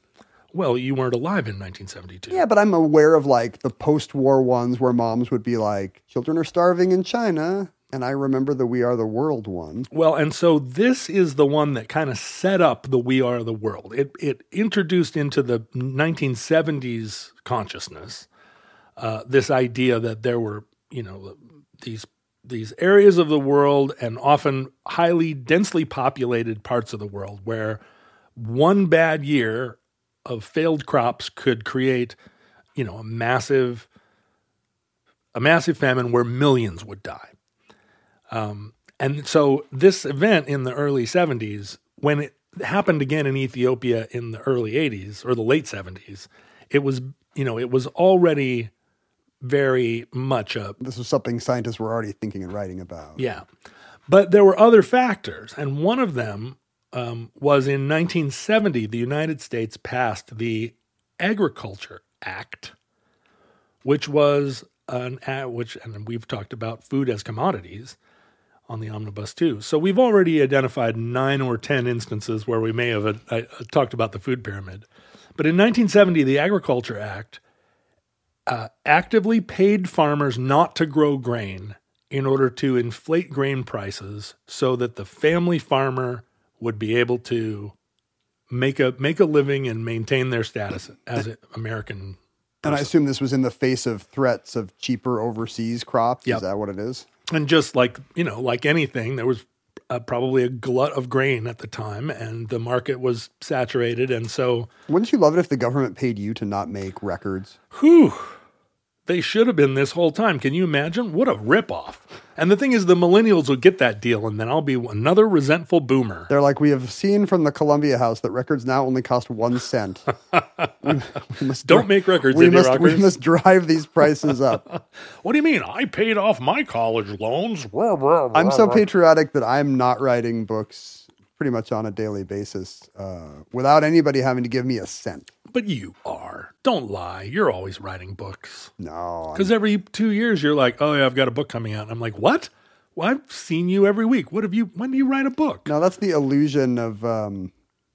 [SPEAKER 4] Well, you weren't alive in 1972.
[SPEAKER 2] Yeah, but I'm aware of like the post war ones where moms would be like, children are starving in China. And I remember the We Are the World one.
[SPEAKER 4] Well, and so this is the one that kind of set up the We Are the World. It, it introduced into the 1970s consciousness uh, this idea that there were, you know, these these areas of the world and often highly densely populated parts of the world where one bad year of failed crops could create, you know, a massive a massive famine where millions would die. And so this event in the early 70s, when it happened again in Ethiopia in the early 80s or the late 70s, it was, you know, it was already very much a
[SPEAKER 2] This was something scientists were already thinking and writing about.
[SPEAKER 4] yeah. But there were other factors, and one of them um, was in 1970, the United States passed the Agriculture Act, which was an act which, and we've talked about food as commodities, on the omnibus too. So we've already identified nine or 10 instances where we may have uh, uh, talked about the food pyramid. But in 1970, the Agriculture Act uh, actively paid farmers not to grow grain in order to inflate grain prices so that the family farmer would be able to make a make a living and maintain their status as an American.
[SPEAKER 2] And I assume this was in the face of threats of cheaper overseas crops.
[SPEAKER 4] Yep.
[SPEAKER 2] Is that what it is?
[SPEAKER 4] And just like you know, like anything, there was uh, probably a glut of grain at the time, and the market was saturated, and so
[SPEAKER 2] Wouldn't you love it if the government paid you to not make records?
[SPEAKER 4] Whew. They should have been this whole time. Can you imagine? What a ripoff. And the thing is, the millennials will get that deal, and then I'll be another resentful boomer.
[SPEAKER 2] They're like, we have seen from the Columbia House that records now only cost one cent. we, we must
[SPEAKER 4] Don't make records,
[SPEAKER 2] we
[SPEAKER 4] Indie
[SPEAKER 2] must, we
[SPEAKER 4] Rockers.
[SPEAKER 2] must drive these prices up.
[SPEAKER 4] What do you mean? I paid off my college loans. Oh,
[SPEAKER 2] I'm so patriotic that I'm not writing books pretty much on a daily basis uh, without anybody having to give me a cent.
[SPEAKER 4] But you are. Don't lie. You're always writing books.
[SPEAKER 2] No. I'm-
[SPEAKER 4] Because every two years you're like, oh, yeah, I've got a book coming out. And I'm like, what? Well, I've seen you every week. What have you, when do you write a book?
[SPEAKER 2] No, that's the illusion of um,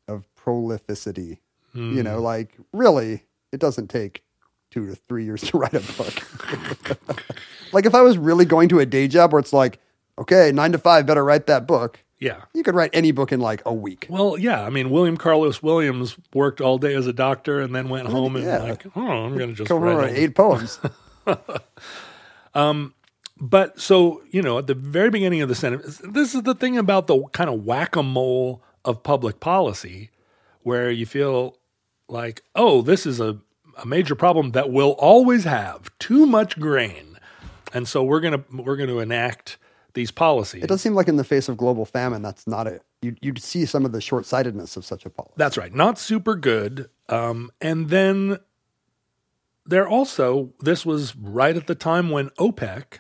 [SPEAKER 2] of prolificity. You
[SPEAKER 4] Hmm.
[SPEAKER 2] know, like really, it doesn't take two to three years to write a book. like if I was really going to a day job where it's like, okay, nine to five, better write that book.
[SPEAKER 4] Yeah.
[SPEAKER 2] You could write any book in like a week.
[SPEAKER 4] Well, yeah. I mean, William Carlos Williams worked all day as a doctor and then went home and
[SPEAKER 2] yeah.
[SPEAKER 4] like, oh, I'm going to just
[SPEAKER 2] Go
[SPEAKER 4] write.
[SPEAKER 2] over
[SPEAKER 4] all-
[SPEAKER 2] eight poems.
[SPEAKER 4] But so, you know, at the very beginning of the Senate, this is the thing about the kind of whack a mole of public policy where you feel like, oh, this is a, a major problem that we'll always have too much grain. And so we're going to we're going to enact these policies.
[SPEAKER 2] It does seem like in the face of global famine, that's not it. You, you'd see some of the short sightedness of such a policy.
[SPEAKER 4] That's right. Not super good. Um, and then there also, this was right at the time when OPEC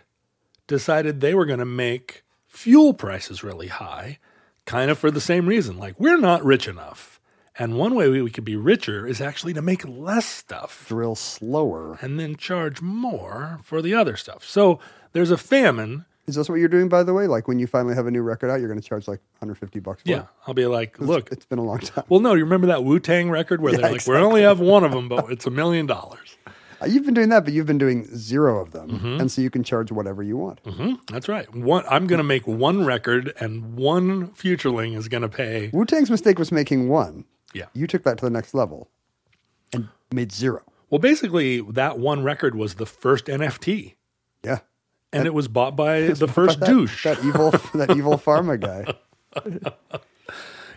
[SPEAKER 4] decided they were going to make fuel prices really high, kind of for the same reason. Like, we're not rich enough. And one way we could be richer is actually to make less stuff
[SPEAKER 2] Drill slower.
[SPEAKER 4] and then charge more for the other stuff. So there's a famine.
[SPEAKER 2] Is this what you're doing, by the way? Like when you finally have a new record out, you're going to charge like 150 bucks for it?
[SPEAKER 4] Yeah. I'll be like, look,
[SPEAKER 2] It's been a long time.
[SPEAKER 4] well, no, you remember that Wu Tang record where they're like, we only have one of them, but it's a million dollars.
[SPEAKER 2] Uh, You've been doing that, but you've been doing zero of them,
[SPEAKER 4] Mm-hmm.
[SPEAKER 2] and so you can charge whatever you want.
[SPEAKER 4] That's right. One, I'm going to make one record, and one futureling is going to pay.
[SPEAKER 2] Wu Tang's mistake was making one.
[SPEAKER 4] Yeah.
[SPEAKER 2] You took that to the next level and made zero.
[SPEAKER 4] Well, basically, that one record was the first NFT,
[SPEAKER 2] Yeah.
[SPEAKER 4] and it was bought by the first
[SPEAKER 2] That,
[SPEAKER 4] douche.
[SPEAKER 2] that evil, that evil pharma guy.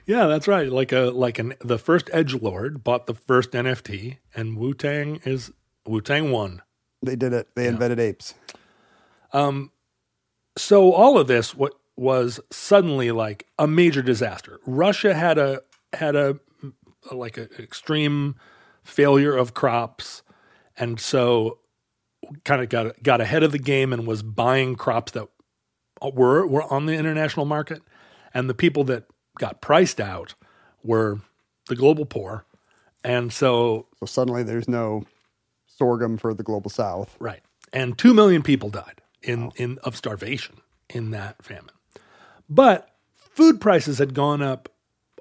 [SPEAKER 4] yeah, that's right. Like a like an the first Edge Lord bought the first NFT, and Wu Tang is Wu Tang one.
[SPEAKER 2] They did it. They invented apes.
[SPEAKER 4] so all of this what was suddenly like a major disaster. Russia had a had a like an extreme failure of crops, and so kind of got got ahead of the game and was buying crops that were were on the international market, and the people that got priced out were the global poor, and so
[SPEAKER 2] So suddenly there's no sorghum for the global south.
[SPEAKER 4] Right. And 2 million people died in, in of starvation in that famine. But food prices had gone up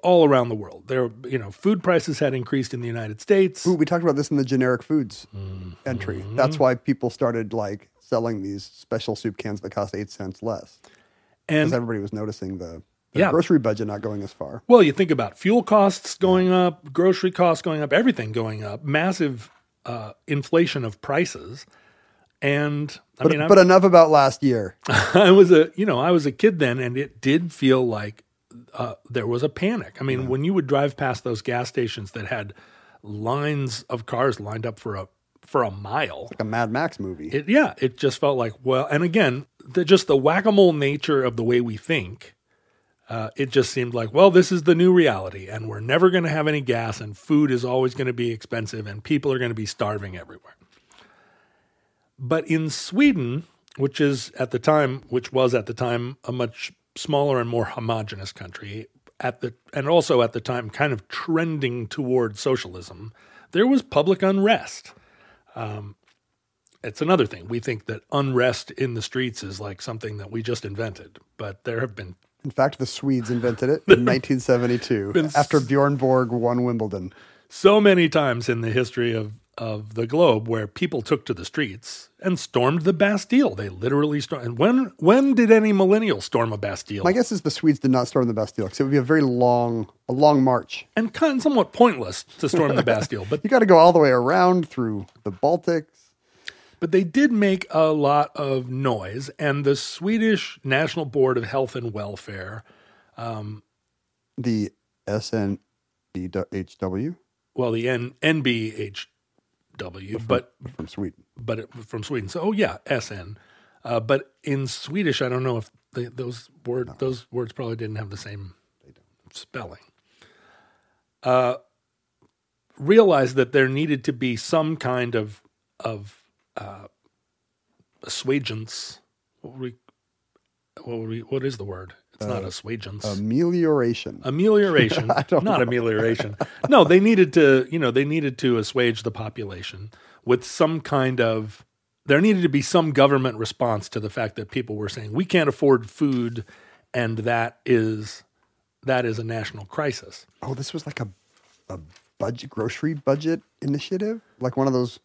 [SPEAKER 4] all around the world. There you know, food prices had increased in the United States.
[SPEAKER 2] Ooh, we talked about this in the generic foods
[SPEAKER 4] Mm-hmm.
[SPEAKER 2] entry. That's why people started like selling these special soup cans that cost eight cents less because
[SPEAKER 4] And
[SPEAKER 2] everybody was noticing the, the
[SPEAKER 4] Yeah.
[SPEAKER 2] grocery budget not going as far.
[SPEAKER 4] well, you think about fuel costs going up, grocery costs going up, everything going up, massive uh, inflation of prices. And I
[SPEAKER 2] But,
[SPEAKER 4] mean, I'm-
[SPEAKER 2] but enough about last year.
[SPEAKER 4] I was a you know I was a kid then, and it did feel like uh, there was a panic. I mean, when you would drive past those gas stations that had lines of cars lined up for a for a mile,
[SPEAKER 2] a Mad Max movie.
[SPEAKER 4] it yeah, it just felt like well, and again, the, just the whack a mole nature of the way we think. Uh, it just seemed like, well, this is the new reality, and we're never going to have any gas, and food is always going to be expensive, and people are going to be starving everywhere. But in Sweden, which is at the time, which was at the time a much smaller and more homogenous country, at the and also at the time kind of trending toward socialism, there was public unrest it's another thing. We think that unrest in the streets is like something that we just invented, but there have been
[SPEAKER 2] In fact, the Swedes invented it in 1972 after Bjorn Borg won Wimbledon.
[SPEAKER 4] so many times in the history of, of the globe where people took to the streets and stormed the Bastille. They literally stormed. And when when did any millennial storm a Bastille?
[SPEAKER 2] My guess is the Swedes did not storm the Bastille because it would be a very long, a long march.
[SPEAKER 4] and kind somewhat pointless to storm the Bastille, but
[SPEAKER 2] You got to go all the way around through the Baltics.
[SPEAKER 4] but they did make a lot of noise. And the Swedish National Board of Health and Welfare,
[SPEAKER 2] the SNBHW
[SPEAKER 4] well, the N- NBHW, but
[SPEAKER 2] from Sweden.
[SPEAKER 4] but it, from Sweden. So oh yeah, SN. Uh, but in Swedish, I don't know if they, those word those words probably didn't have the same spelling. Uh, realized that there needed to be some kind of of uh, assuagence. What would we? What would we? What is the word? It's not assuagence
[SPEAKER 2] Amelioration.
[SPEAKER 4] amelioration not amelioration no they needed to you know they needed to assuage the population with some kind of there needed to be some government response to the fact that people were saying we can't afford food and that is that is a national crisis
[SPEAKER 2] oh, this was like a, a budget, grocery budget initiative, like one of those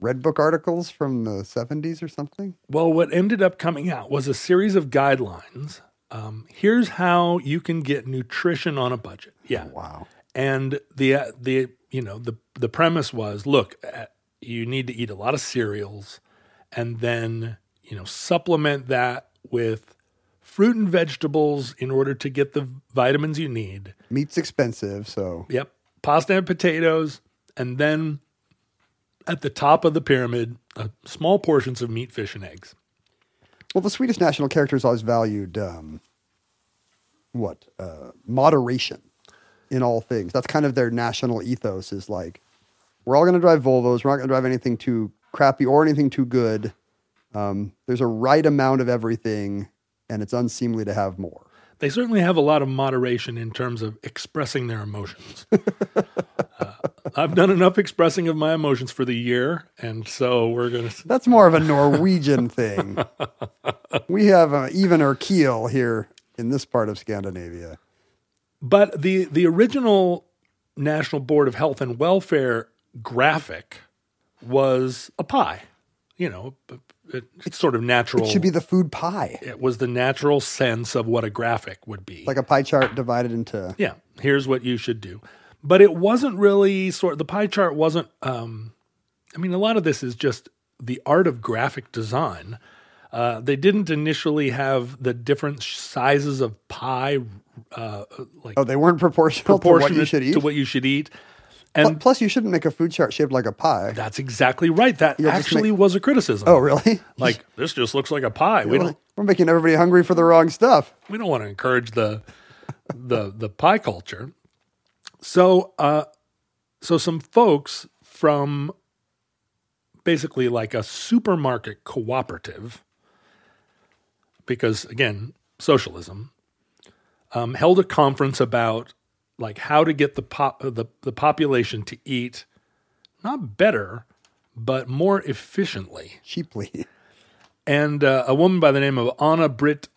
[SPEAKER 2] Red Book articles from the 70s or something.
[SPEAKER 4] Well, what ended up coming out was a series of guidelines. Um, here's how you can get nutrition on a budget. Yeah.
[SPEAKER 2] Wow.
[SPEAKER 4] And the uh, the you know the the premise was look, uh, you need to eat a lot of cereals, and then you know supplement that with fruit and vegetables in order to get the vitamins you need.
[SPEAKER 2] Meat's expensive, so
[SPEAKER 4] Yep. Pasta and potatoes. And then at the top of the pyramid, uh, small portions of meat, fish, and eggs.
[SPEAKER 2] well, the Swedish national characters always valued um, what uh, moderation in all things. That's kind of their national ethos. Is like we're all going to drive Volvos. We're not going to drive anything too crappy or anything too good. Um, there's a right amount of everything, and it's unseemly to have more.
[SPEAKER 4] they certainly have a lot of moderation in terms of expressing their emotions. uh, I've done enough expressing of my emotions for the year, and so we're going to.
[SPEAKER 2] That's more of a Norwegian thing. We have an evener keel here in this part of Scandinavia.
[SPEAKER 4] But the the original National Board of Health and Welfare graphic was a pie, you know, it- it's sort of natural.
[SPEAKER 2] It should be the food pie,
[SPEAKER 4] it was the natural sense of what a graphic would be.
[SPEAKER 2] like a pie chart divided into
[SPEAKER 4] yeah, here's what you should do. But it wasn't really sort the pie chart wasn't um I mean a lot of this is just the art of graphic design. Uh, they didn't initially have the different sizes of pie uh, like
[SPEAKER 2] Oh, they weren't proportional to what
[SPEAKER 4] proportionate
[SPEAKER 2] you should eat.
[SPEAKER 4] to what you should eat.
[SPEAKER 2] Pl-
[SPEAKER 4] And
[SPEAKER 2] Plus, you shouldn't make a food chart shaped like a pie.
[SPEAKER 4] that's exactly right. That
[SPEAKER 2] You'll just
[SPEAKER 4] actually was a criticism.
[SPEAKER 2] oh, really?
[SPEAKER 4] Like this just looks like a pie. We don't
[SPEAKER 2] We're making everybody hungry for the wrong stuff.
[SPEAKER 4] we don't want to encourage the the the pie culture. So uh so some folks from basically like a supermarket cooperative because again, socialism um, held a conference about like how to get the pop the, the population to eat not better but more efficiently
[SPEAKER 2] Cheaply.
[SPEAKER 4] and uh, a woman by the name of Anna Britt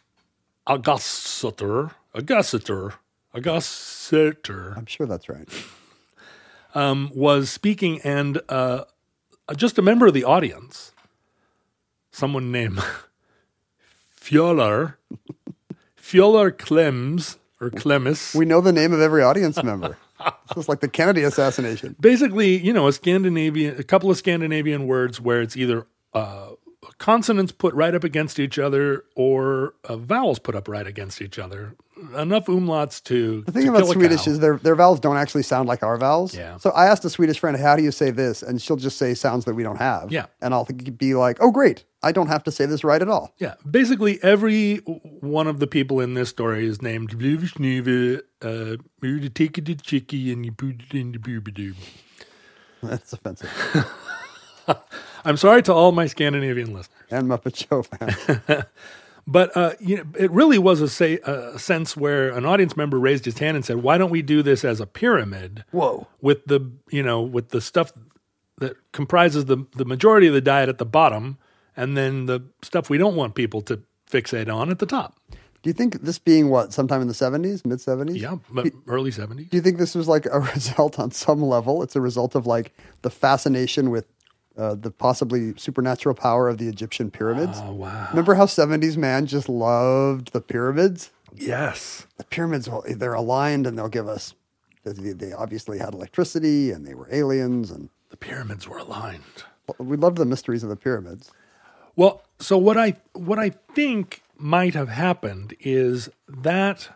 [SPEAKER 4] Agasseter, Agasseter, Agasseter
[SPEAKER 2] I'm sure that's right.
[SPEAKER 4] um, was speaking, and uh, just a member of the audience, someone named Fjolar, Fjolar Klems or Clemis,
[SPEAKER 2] We know the name of every audience member. This is like the Kennedy assassination.
[SPEAKER 4] basically, you know, a Scandinavian, a couple of Scandinavian words where it's either uh, consonants put right up against each other or uh, vowels put up right against each other. Enough umlauts to.
[SPEAKER 2] The thing about Swedish is their, their vowels don't actually sound like our vowels.
[SPEAKER 4] Yeah.
[SPEAKER 2] So I asked a Swedish friend, how do you say this? And she'll just say sounds that we don't have.
[SPEAKER 4] Yeah.
[SPEAKER 2] And I'll think- be like, oh, great. I don't have to say this right at all.
[SPEAKER 4] Yeah, basically every one of the people in this story is named Vivishniva. Uh, you take it to Chicky and you put it in the boobadoo.
[SPEAKER 2] That's offensive.
[SPEAKER 4] I'm sorry to all my Scandinavian listeners.
[SPEAKER 2] and Muppet Show fans.
[SPEAKER 4] But uh, you know, it really was a, say, a sense where an audience member raised his hand and said, "Why don't we do this as a pyramid?"
[SPEAKER 2] Whoa.
[SPEAKER 4] With the you know with the stuff that comprises the, the majority of the diet at the bottom and then the stuff we don't want people to fixate on at the top.
[SPEAKER 2] Do you think this being what, sometime in the 70s, mid 70s?
[SPEAKER 4] Yeah, but early 70s.
[SPEAKER 2] Do you think this was like a result on some level? It's a result of like the fascination with uh, the possibly supernatural power of the Egyptian pyramids?
[SPEAKER 4] Oh, wow.
[SPEAKER 2] Remember how 70s man just loved the pyramids?
[SPEAKER 4] Yes.
[SPEAKER 2] The pyramids, will- they're aligned and they'll give us, they they obviously had electricity and they were aliens and
[SPEAKER 4] The pyramids were aligned.
[SPEAKER 2] we loved the mysteries of the pyramids.
[SPEAKER 4] Well, so what I what I think might have happened is that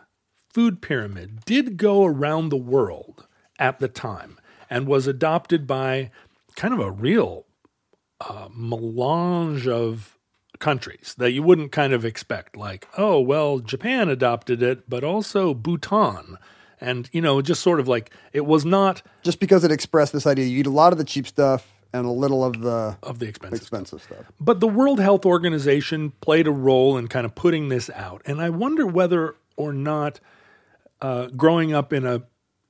[SPEAKER 4] food pyramid did go around the world at the time and was adopted by kind of a real uh, melange of countries that you wouldn't kind of expect like oh well Japan adopted it but also Bhutan and you know just sort of like it was not
[SPEAKER 2] Just because it expressed this idea, you eat a lot of the cheap stuff and a little of the
[SPEAKER 4] of the expensive
[SPEAKER 2] expensive stuff.
[SPEAKER 4] But the World Health Organization played a role in kind of putting this out, and I wonder whether or not uh, growing up in a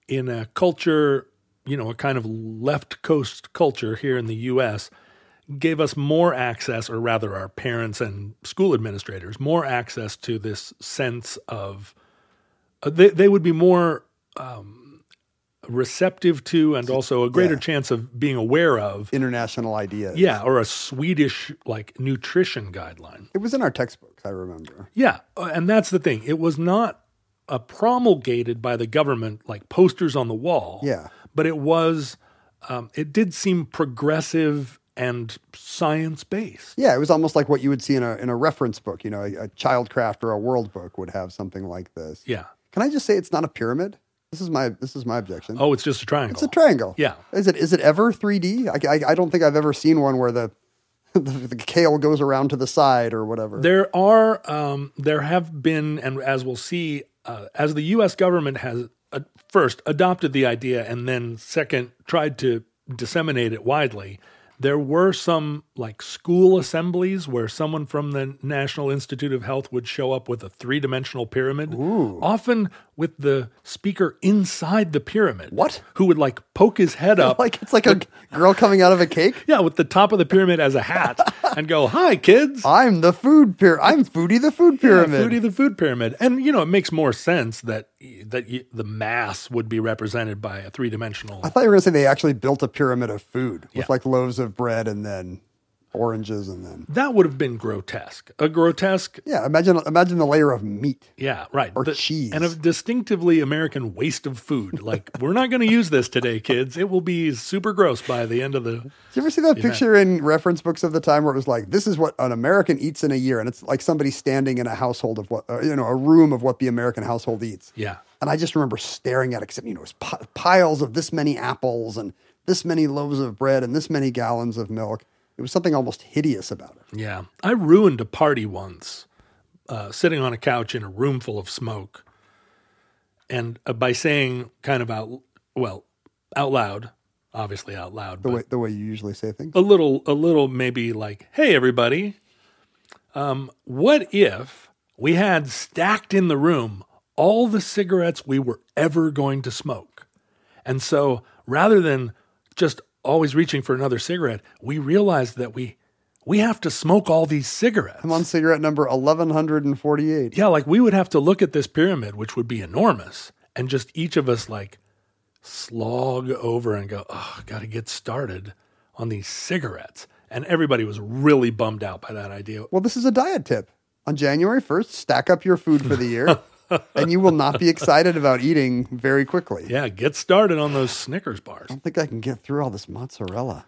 [SPEAKER 4] in a culture, you know, a kind of left coast culture here in the U.S. gave us more access, or rather, our parents and school administrators more access to this sense of uh, they they would be more. Um, receptive to and also a greater
[SPEAKER 2] Yeah.
[SPEAKER 4] chance of being aware of
[SPEAKER 2] International ideas.
[SPEAKER 4] yeah, or a Swedish like nutrition guideline.
[SPEAKER 2] It was in our textbooks, I remember.
[SPEAKER 4] Yeah, uh, and that's the thing. It was not uh, promulgated by the government like posters on the wall.
[SPEAKER 2] Yeah.
[SPEAKER 4] but it was. Um, it did seem progressive and science based.
[SPEAKER 2] Yeah, it was almost like what you would see in a in a reference book. You know, a, a childcraft or a world book would have something like this.
[SPEAKER 4] Yeah.
[SPEAKER 2] Can I just say it's not a pyramid? This is my this is my objection.
[SPEAKER 4] Oh, it's just a triangle.
[SPEAKER 2] It's a triangle.
[SPEAKER 4] Yeah.
[SPEAKER 2] Is it is it ever 3D? I, I, I don't think I've ever seen one where the, the the kale goes around to the side or whatever.
[SPEAKER 4] There are, um, there have been, and as we'll see, uh, as the U.S. government has uh, first adopted the idea and then second tried to disseminate it widely, there were some like school assemblies where someone from the National Institute of Health would show up with a three dimensional pyramid, often with the speaker inside the pyramid.
[SPEAKER 2] What?
[SPEAKER 4] Who would like poke his head up.
[SPEAKER 2] like it's like a girl coming out of a cake.
[SPEAKER 4] yeah, with the top of the pyramid as a hat and go, Hi, kids.
[SPEAKER 2] I'm the food pyramid. I'm Foodie the food pyramid.
[SPEAKER 4] Yeah, Foodie the food pyramid, and you know it makes more sense that that you, the mass would be represented by a three dimensional.
[SPEAKER 2] I thought you were going to say they actually built a pyramid of food
[SPEAKER 4] Yeah.
[SPEAKER 2] with like loaves of bread and then oranges and then
[SPEAKER 4] That would have been grotesque. A grotesque,
[SPEAKER 2] yeah. Imagine imagine the layer of meat.
[SPEAKER 4] yeah, right.
[SPEAKER 2] Or cheese.
[SPEAKER 4] and a distinctively American waste of food. Like we're not going to use this today, kids. It will be super gross by the end of the.
[SPEAKER 2] Did you ever see that picture in reference books of the time where it was like, this is what an American eats in a year? And it's like somebody standing in a household of what, uh, you know, a room of what the American household eats.
[SPEAKER 4] Yeah,
[SPEAKER 2] And I just remember staring at it, except, you know, it's pi- piles of this many apples and this many loaves of bread and this many gallons of milk. It was something almost hideous about it.
[SPEAKER 4] yeah. I ruined a party once, uh, sitting on a couch in a room full of smoke, and uh, by saying kind of out well out loud, obviously out loud,
[SPEAKER 2] The
[SPEAKER 4] but
[SPEAKER 2] way, the way you usually say things.
[SPEAKER 4] a little a little maybe like hey everybody um what if we had stacked in the room all the cigarettes we were ever going to smoke and so rather than just always reaching for another cigarette we realized that we we have to smoke all these cigarettes
[SPEAKER 2] I'm on cigarette number 1148.
[SPEAKER 4] yeah like we would have to look at this pyramid which would be enormous and just each of us like slog over and go oh gotta get started on these cigarettes and everybody was really bummed out by that idea
[SPEAKER 2] Well, this is a diet tip. On January 1st, stack up your food for the year, and you will not be excited about eating very quickly.
[SPEAKER 4] yeah get started on those snickers bars
[SPEAKER 2] I don't think I can get through all this mozzarella.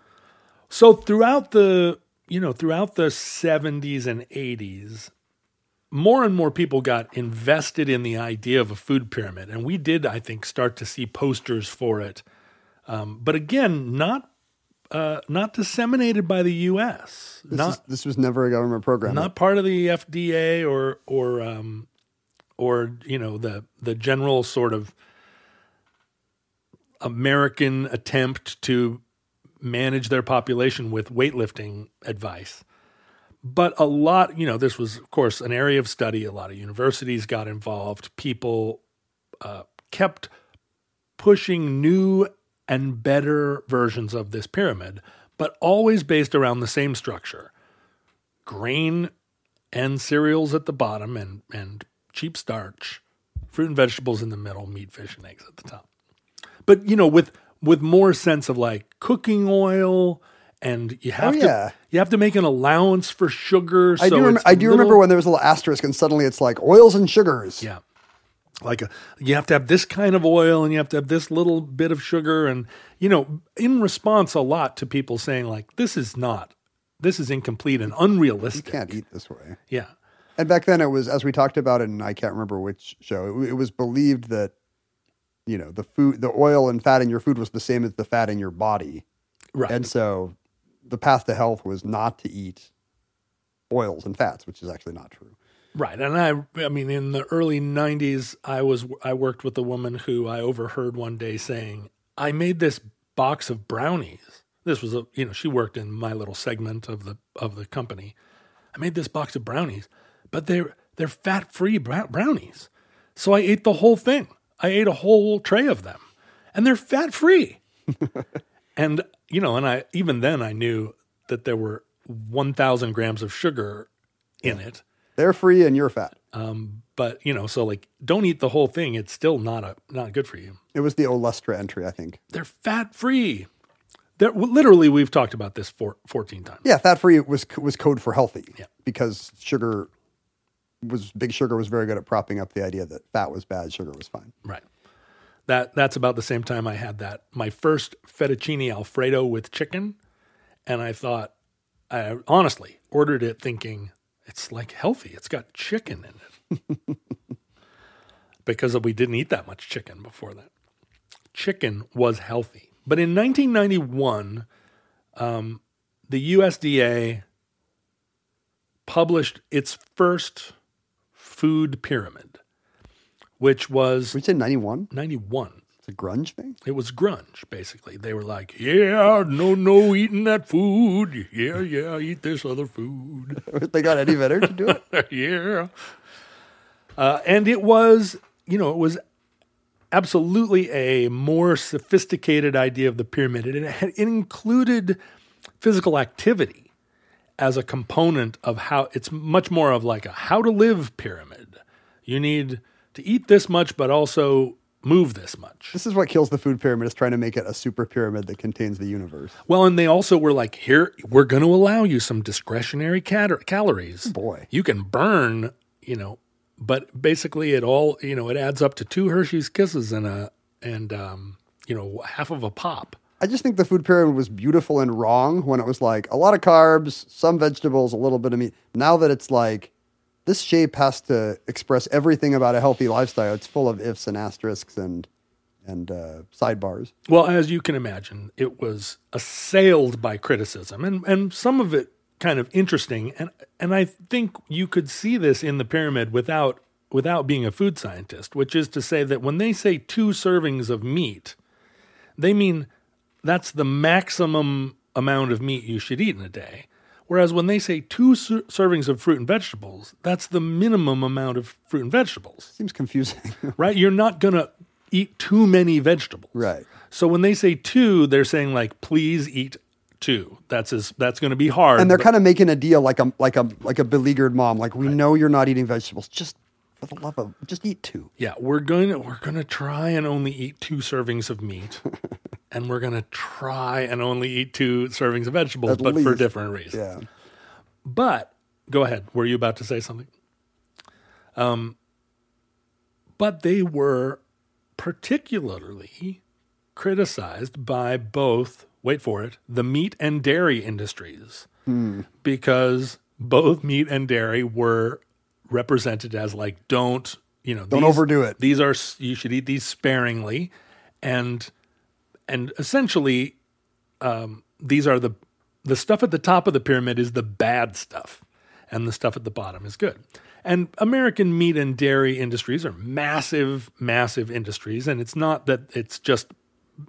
[SPEAKER 4] so throughout the you know throughout the 70s and 80s more and more people got invested in the idea of a food pyramid and we did i think start to see posters for it um, but again not uh, not disseminated by the us
[SPEAKER 2] This,
[SPEAKER 4] not
[SPEAKER 2] is, this was never a government program.
[SPEAKER 4] not part of the FDA or or um, or you know the the general sort of American attempt to manage their population with weightlifting advice. But a lot, you know, this was of course an area of study. A lot of universities got involved. People uh, kept pushing new and better versions of this pyramid, but always based around the same structure grain and cereals at the bottom and, and cheap starch, fruit and vegetables in the middle, meat, fish, and eggs at the top. But, you know, with, with more sense of like cooking oil. And you have
[SPEAKER 2] Oh, yeah.
[SPEAKER 4] to you have to make an allowance for sugar.
[SPEAKER 2] I do.
[SPEAKER 4] so
[SPEAKER 2] Rem-
[SPEAKER 4] it's
[SPEAKER 2] I do
[SPEAKER 4] little-
[SPEAKER 2] remember when there was a little asterisk, and suddenly it's like oils and sugars.
[SPEAKER 4] Yeah. Like a, you have to have this kind of oil and you have to have this little bit of sugar and you know in response a lot to people saying like this is not this is incomplete and unrealistic.
[SPEAKER 2] Can't eat this way.
[SPEAKER 4] Yeah.
[SPEAKER 2] And back then, it was as we talked about in I can't remember which show. It, w- it was believed that you know the food, the oil and fat in your food was the same as the fat in your body,
[SPEAKER 4] Right.
[SPEAKER 2] and so the path to health was not to eat oils and fats, which is actually not true.
[SPEAKER 4] Right. And I I mean in the early 90s I was I worked with a woman who I overheard one day saying, "I made this box of brownies." This was a, you know, she worked in my little segment of the of the company. I made this box of brownies, but they're they're fat-free brow- brownies. So I ate the whole thing. I ate a whole tray of them. And they're fat-free. And you know, and I even then I knew that there were 1000 grams of sugar in it
[SPEAKER 2] They're free and you're fat.
[SPEAKER 4] Um, but you know so like don't eat the whole thing it's still not a not good for you
[SPEAKER 2] It was the Olustra entry, I think.
[SPEAKER 4] they're fat free they're w- literally we've talked about this for 14 times
[SPEAKER 2] Yeah, fat free was was code for healthy.
[SPEAKER 4] Yeah.
[SPEAKER 2] because sugar was big sugar was very good at propping up the idea that fat was bad, sugar was fine.
[SPEAKER 4] right that that's about the same time i had that my first fettuccine alfredo with chicken and i thought i honestly ordered it thinking it's like healthy it's got chicken in it because we didn't eat that much chicken before that chicken was healthy but in 1991 the USDA published its first food pyramid, which was
[SPEAKER 2] We said ninety one.
[SPEAKER 4] 91.
[SPEAKER 2] It's a grunge thing.
[SPEAKER 4] It was grunge, basically. They were like, yeah, no, no, eating that food. Yeah, yeah, eat this other food.
[SPEAKER 2] they got Eddie Vedder to do it.
[SPEAKER 4] yeah. Uh, and it was, you know, it was absolutely a more sophisticated idea of the pyramid. And it, had, it included physical activity as a component of how it's much more of like a how to live pyramid. You need to eat this much, but also move this much.
[SPEAKER 2] This is what kills the food pyramid is trying to make it a super pyramid that contains the universe.
[SPEAKER 4] Well, and they also were like, here, we're going to allow you some discretionary cat- calories.
[SPEAKER 2] Boy.
[SPEAKER 4] You can burn, you know, but basically it all, you know, it adds up to two Hershey's Kisses and a, and, um, you know, half of a pop.
[SPEAKER 2] I just think the food pyramid was beautiful and wrong when it was like a lot of carbs, some vegetables, a little bit of meat. Now that it's like this shape has to express everything about a healthy lifestyle. It's full of ifs and asterisks and and uh, sidebars.
[SPEAKER 4] Well, as you can imagine, it was assailed by criticism and, and some of it kind of interesting. And, and I think you could see this in the pyramid without, without being a food scientist, which is to say that when they say two servings of meat, they mean that's the maximum amount of meat you should eat in a day. Whereas when they say two ser- servings of fruit and vegetables, that's the minimum amount of fruit and vegetables,
[SPEAKER 2] Seems confusing.
[SPEAKER 4] right? You're not going to eat too many vegetables.
[SPEAKER 2] right.
[SPEAKER 4] So when they say two, they're saying like, please eat two. That's as, that's going to be hard.
[SPEAKER 2] And they're
[SPEAKER 4] but-
[SPEAKER 2] kind of making a deal like a like a like a beleaguered mom. Like we know you're not eating vegetables. Just for the love of just eat two.
[SPEAKER 4] yeah, we're going to we're going to try and only eat two servings of meat, and we're going to try and only eat two servings of vegetables,
[SPEAKER 2] At
[SPEAKER 4] but for
[SPEAKER 2] least.
[SPEAKER 4] different reasons.
[SPEAKER 2] Yeah.
[SPEAKER 4] But go ahead. Were you about to say something? Um, but they were particularly criticized by both, wait for it, the meat and dairy industries,
[SPEAKER 2] Hmm.
[SPEAKER 4] because both meat and dairy were represented as like, don't, you know,
[SPEAKER 2] Don't overdo it.
[SPEAKER 4] These are, s- you should eat these sparingly. And, and essentially, these are the the stuff at the top of the pyramid is the bad stuff and the stuff at the bottom is good and american meat and dairy industries are massive massive industries and it's not that it's just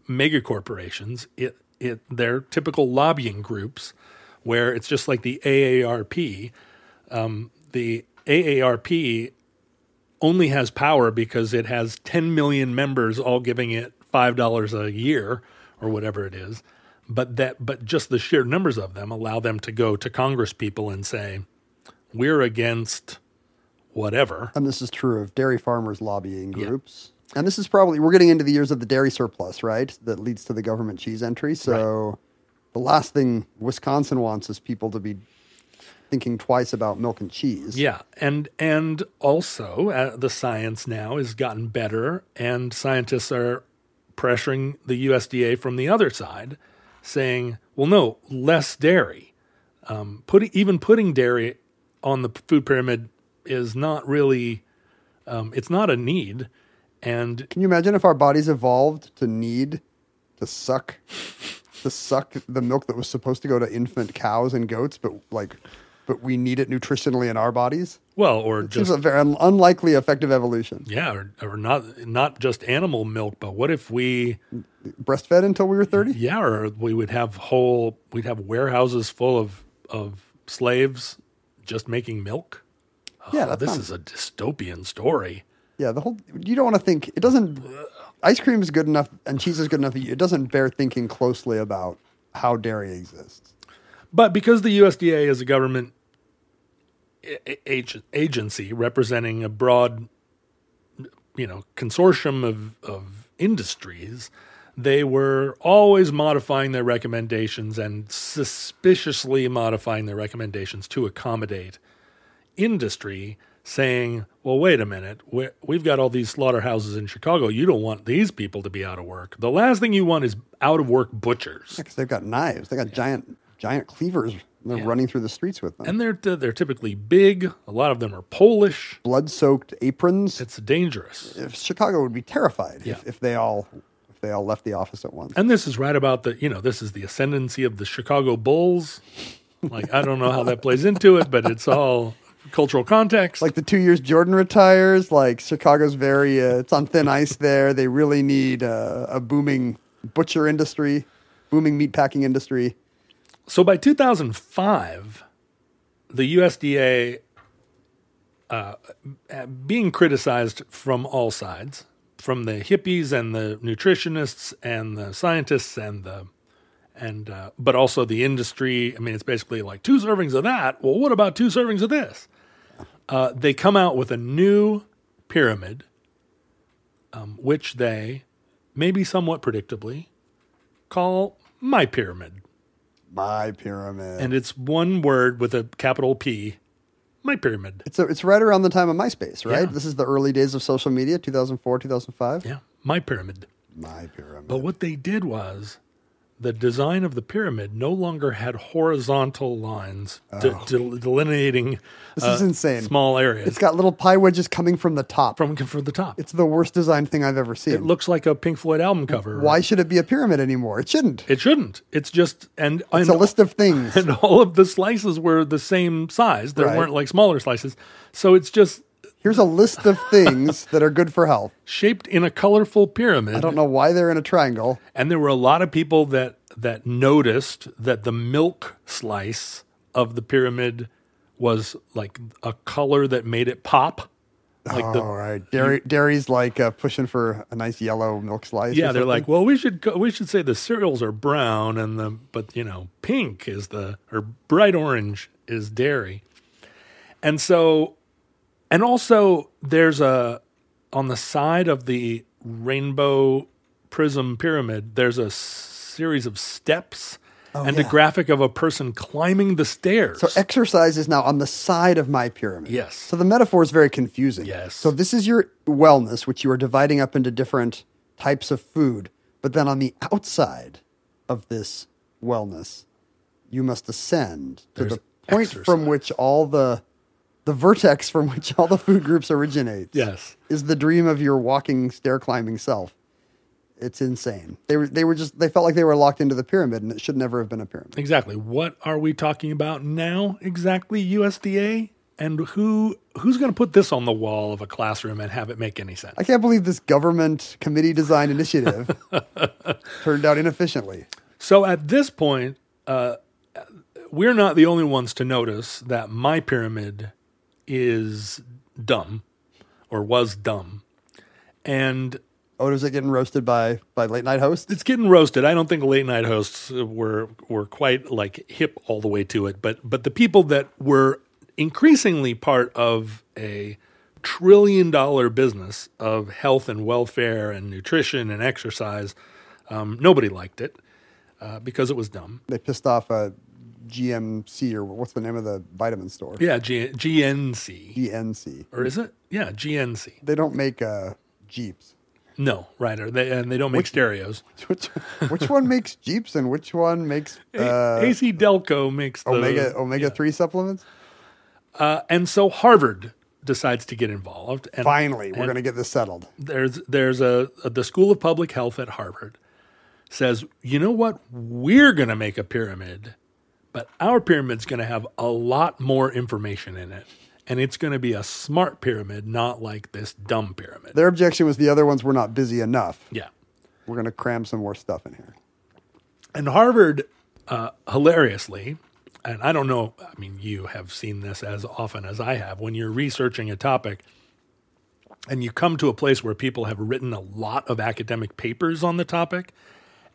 [SPEAKER 4] mega corporations it it they're typical lobbying groups where it's just like the AARP um, the AARP only has power because it has 10 million members all giving it $5 a year or whatever it is. But that, but just the sheer numbers of them allow them to go to Congress people and say, "We're against whatever."
[SPEAKER 2] And this is true of dairy farmers lobbying groups. And this is probably, we're getting into the years of the dairy surplus, right? That leads to the government cheese entry. So the last thing Wisconsin wants is people to be thinking twice about milk and cheese.
[SPEAKER 4] Yeah, and and also uh, the science now has gotten better, and scientists are pressuring the USDA from the other side, saying, "Well, no, less dairy. Um, put even putting dairy on the food pyramid is not really, um, it's not a need, and
[SPEAKER 2] Can you imagine if our bodies evolved to need to suck to suck the milk that was supposed to go to infant cows and goats, but like but we need it nutritionally in our bodies?
[SPEAKER 4] well, or
[SPEAKER 2] Seems
[SPEAKER 4] just
[SPEAKER 2] a very un- unlikely effective evolution.
[SPEAKER 4] yeah, or, or not not just animal milk, but what if we
[SPEAKER 2] Breastfed until we were 30?
[SPEAKER 4] Yeah, or we would have whole we'd have warehouses full of of slaves just making milk.
[SPEAKER 2] Yeah,
[SPEAKER 4] Oh,
[SPEAKER 2] that
[SPEAKER 4] this
[SPEAKER 2] sounds-
[SPEAKER 4] is a dystopian story.
[SPEAKER 2] Yeah, the whole you don't want to think it doesn't. Ice cream is good enough, and cheese is good enough. It doesn't bear thinking closely about how dairy exists.
[SPEAKER 4] But because the USDA is a government a- a- ag- agency representing a broad, you know, consortium of, of industries, they were always modifying their recommendations and suspiciously modifying their recommendations to accommodate industry, saying, well, wait a minute, we we've got all these slaughterhouses in Chicago. You don't want these people to be out of work. The last thing you want is out of work butchers.
[SPEAKER 2] Because they've got knives, they got giant giant cleavers, and they're running through the streets with them.
[SPEAKER 4] and they're they're typically big. A lot of them are Polish.
[SPEAKER 2] Blood soaked aprons.
[SPEAKER 4] It's dangerous.
[SPEAKER 2] If Chicago would be terrified
[SPEAKER 4] Yeah.
[SPEAKER 2] if, if they all if they all left the office at once.
[SPEAKER 4] And this is right about the you know this is the ascendancy of the Chicago Bulls. Like I don't know how that plays into it, but it's all cultural context.
[SPEAKER 2] Like the two years Jordan retires, like Chicago's very uh, it's on thin ice there. They really need uh, a booming butcher industry, booming meatpacking industry.
[SPEAKER 4] so by 2005, the USDA uh, being criticized from all sides, from the hippies and the nutritionists and the scientists and the and uh, but also the industry. I mean, it's basically like two servings of that. Well, what about two servings of this? Uh, they come out with a new pyramid, um, which they maybe somewhat predictably call my pyramid
[SPEAKER 2] My pyramid.
[SPEAKER 4] and it's one word with a capital P. My pyramid.
[SPEAKER 2] So it's right around the time of MySpace, right?
[SPEAKER 4] Yeah.
[SPEAKER 2] This is the early days of social media, 2004, 2005.
[SPEAKER 4] Yeah, my pyramid.
[SPEAKER 2] My pyramid.
[SPEAKER 4] But what they did was the design of the pyramid no longer had horizontal lines de- del- delineating
[SPEAKER 2] Oh.
[SPEAKER 4] uh,
[SPEAKER 2] This is insane.
[SPEAKER 4] small areas
[SPEAKER 2] It's got little pie wedges coming from the top.
[SPEAKER 4] from from the top.
[SPEAKER 2] it's the worst designed thing I've ever
[SPEAKER 4] it
[SPEAKER 2] seen.
[SPEAKER 4] looks like a Pink Floyd album cover.
[SPEAKER 2] Why should it be a pyramid anymore? It shouldn't.
[SPEAKER 4] It shouldn't. It's just and
[SPEAKER 2] It's
[SPEAKER 4] and,
[SPEAKER 2] a list of things.
[SPEAKER 4] and all of the slices were the same size. There
[SPEAKER 2] Right.
[SPEAKER 4] weren't like smaller slices. So it's just
[SPEAKER 2] Here's a list of things that are good for health.
[SPEAKER 4] shaped in a colorful pyramid.
[SPEAKER 2] I don't know why they're in a triangle.
[SPEAKER 4] And there were a lot of people that that noticed that the milk slice of the pyramid was like a color that made it pop. Like the
[SPEAKER 2] All right, dairy, dairy's like uh, pushing for a nice yellow milk slice. or
[SPEAKER 4] yeah, they're
[SPEAKER 2] something.
[SPEAKER 4] like, well, we should go, we should say the cereals are brown and the but you know pink is the or bright orange is dairy, and so and also there's a on the side of the rainbow prism pyramid there's a series of steps and a graphic of a person climbing the stairs.
[SPEAKER 2] Oh, So exercise is now on the side of my pyramid.
[SPEAKER 4] Yes.
[SPEAKER 2] So the metaphor is very confusing.
[SPEAKER 4] Yes.
[SPEAKER 2] So this is your wellness, which you are dividing up into different types of food. But then on the outside of this wellness, you must ascend to
[SPEAKER 4] There's
[SPEAKER 2] the point from
[SPEAKER 4] exercise.
[SPEAKER 2] which all the the vertex from which all the food groups originates.
[SPEAKER 4] Yes.
[SPEAKER 2] Is the dream of your walking stair climbing self. It's insane. They were they were just they felt like they were locked into the pyramid and it should never have been a pyramid.
[SPEAKER 4] Exactly. What are we talking about now exactly, USDA? And who who's going to put this on the wall of a classroom and have it make any sense?
[SPEAKER 2] I can't believe this government committee design initiative turned out inefficiently.
[SPEAKER 4] So at this point, uh, we're not the only ones to notice that my pyramid is dumb or was dumb. And
[SPEAKER 2] Oh, was it getting roasted by by late night hosts?
[SPEAKER 4] It's getting roasted. I don't think late night hosts were were quite like hip all the way to it, but but the people that were increasingly part of a trillion dollar business of health and welfare and nutrition and exercise, um, nobody liked it uh, because it was dumb.
[SPEAKER 2] They pissed off uh, GMC or what's the name of the vitamin store?
[SPEAKER 4] Yeah, G- GNC
[SPEAKER 2] GNC.
[SPEAKER 4] or is it? Yeah, GNC.
[SPEAKER 2] They don't make uh, Jeeps.
[SPEAKER 4] No, right? Or they, and they don't make stereos.
[SPEAKER 2] Which, which one makes Jeeps and which one makes uh,
[SPEAKER 4] AC Delco makes the,
[SPEAKER 2] Omega Omega three supplements?
[SPEAKER 4] Uh, and so Harvard decides to get involved. And,
[SPEAKER 2] Finally, we're
[SPEAKER 4] and
[SPEAKER 2] going to get this settled.
[SPEAKER 4] there's there's a, a- the School of Public Health at Harvard says, you know what? We're going to make a pyramid, but our pyramid's going to have a lot more information in it, and it's going to be a smart pyramid, not like this dumb pyramid.
[SPEAKER 2] Their objection was the other ones were not busy enough.
[SPEAKER 4] yeah.
[SPEAKER 2] We're going to cram some more stuff in here.
[SPEAKER 4] And Harvard, uh, hilariously, and I don't know, I mean, you have seen this as often as I have, when you're researching a topic and you come to a place where people have written a lot of academic papers on the topic,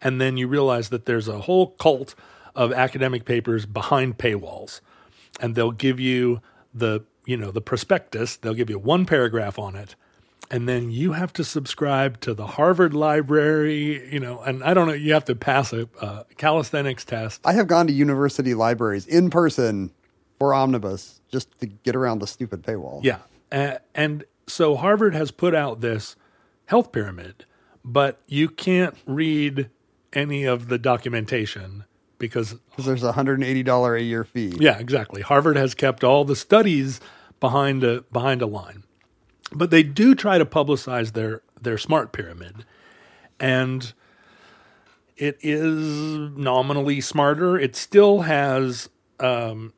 [SPEAKER 4] and then you realize that there's a whole cult of academic papers behind paywalls. And they'll give you the, you know, the prospectus, they'll give you one paragraph on it, and then you have to subscribe to the Harvard Library, you know, and I don't know, you have to pass a uh, calisthenics test.
[SPEAKER 2] I have gone to university libraries in person for omnibus just to get around the stupid paywall.
[SPEAKER 4] Yeah. Uh, and so Harvard has put out this health pyramid, but you can't read any of the documentation because,
[SPEAKER 2] because there's a hundred and eighty dollar a year fee.
[SPEAKER 4] yeah, exactly. Harvard has kept all the studies behind a, behind a line. But they do try to publicize their, their smart pyramid. And it is nominally smarter. It still has, um,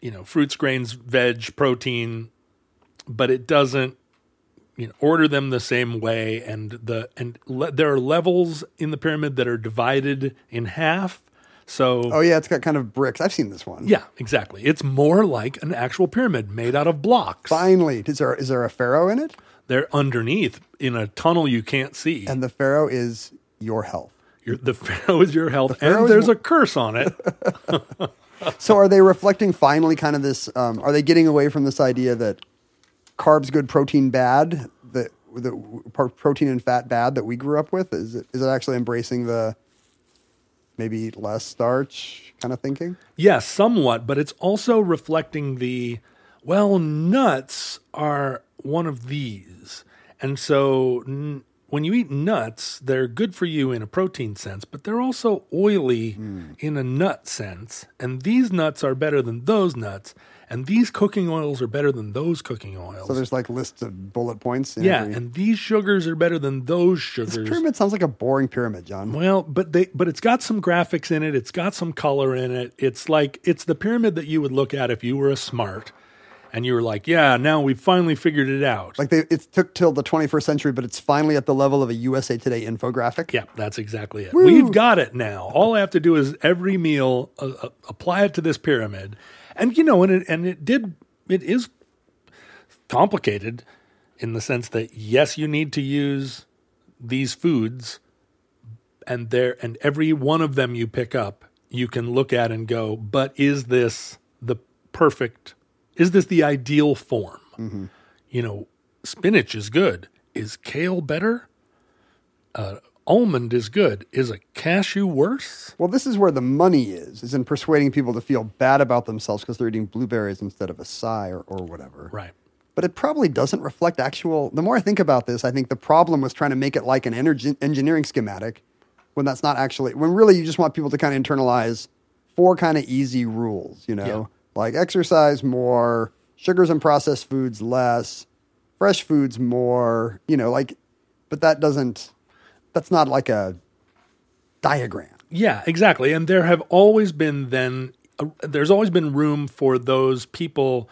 [SPEAKER 4] you know, fruits, grains, veg, protein, but it doesn't, you know, order them the same way. And the and le- there are levels in the pyramid that are divided in half. So
[SPEAKER 2] Oh yeah, it's got kind of bricks. I've seen this one.
[SPEAKER 4] yeah, exactly. It's more like an actual pyramid made out of blocks.
[SPEAKER 2] Finally, is there is there a pharaoh in it?
[SPEAKER 4] They're underneath in a tunnel you can't see.
[SPEAKER 2] And the pharaoh is your health.
[SPEAKER 4] your, the pharaoh is your health,
[SPEAKER 2] pharaoh
[SPEAKER 4] and
[SPEAKER 2] is
[SPEAKER 4] there's
[SPEAKER 2] wh-
[SPEAKER 4] a curse on it.
[SPEAKER 2] So are they reflecting finally kind of this? Um, are they getting away from this idea that carbs good, protein bad? That the protein and fat bad that we grew up with is it, is it actually embracing the maybe less starch kind of thinking?
[SPEAKER 4] Yes, somewhat, but it's also reflecting the well, nuts are one of these. And so n- when you eat nuts, they're good for you in a protein sense, but they're also oily
[SPEAKER 2] Hmm.
[SPEAKER 4] in a nut sense. And these nuts are better than those nuts, and these cooking oils are better than those cooking oils.
[SPEAKER 2] So there's like lists of bullet points. In
[SPEAKER 4] yeah,
[SPEAKER 2] every-
[SPEAKER 4] and these sugars are better than those
[SPEAKER 2] this
[SPEAKER 4] sugars.
[SPEAKER 2] pyramid sounds like a boring pyramid, John.
[SPEAKER 4] Well, but they but it's got some graphics in it. It's got some color in it. It's like it's the pyramid that you would look at if you were a smart, and you were like, yeah, now we've finally figured it out.
[SPEAKER 2] Like they, it took till the 21st century, but it's finally at the level of a USA Today infographic.
[SPEAKER 4] yeah, that's exactly it. We've got it now. All I have to do is every meal uh, uh, apply it to this pyramid, and you know, and it and it did it is complicated in the sense that yes, you need to use these foods and there and every one of them you pick up you can look at and go but is this the perfect is this the ideal form you know spinach is good is kale better uh, almond is good is a cashew worse
[SPEAKER 2] Well, this is where the money is, is in persuading people to feel bad about themselves because they're eating blueberries instead of acai or, or whatever.
[SPEAKER 4] right
[SPEAKER 2] But it probably doesn't reflect actual. The more I think about this, I think the problem was trying to make it like an energy, engineering schematic when that's not actually, when really you just want people to kind of internalize four kind of easy rules, you know,
[SPEAKER 4] Yeah.
[SPEAKER 2] like exercise more, sugars and processed foods less, fresh foods more, you know, like, but that doesn't, that's not like a diagram.
[SPEAKER 4] Yeah, exactly. And there have always been then uh, there's always been room for those people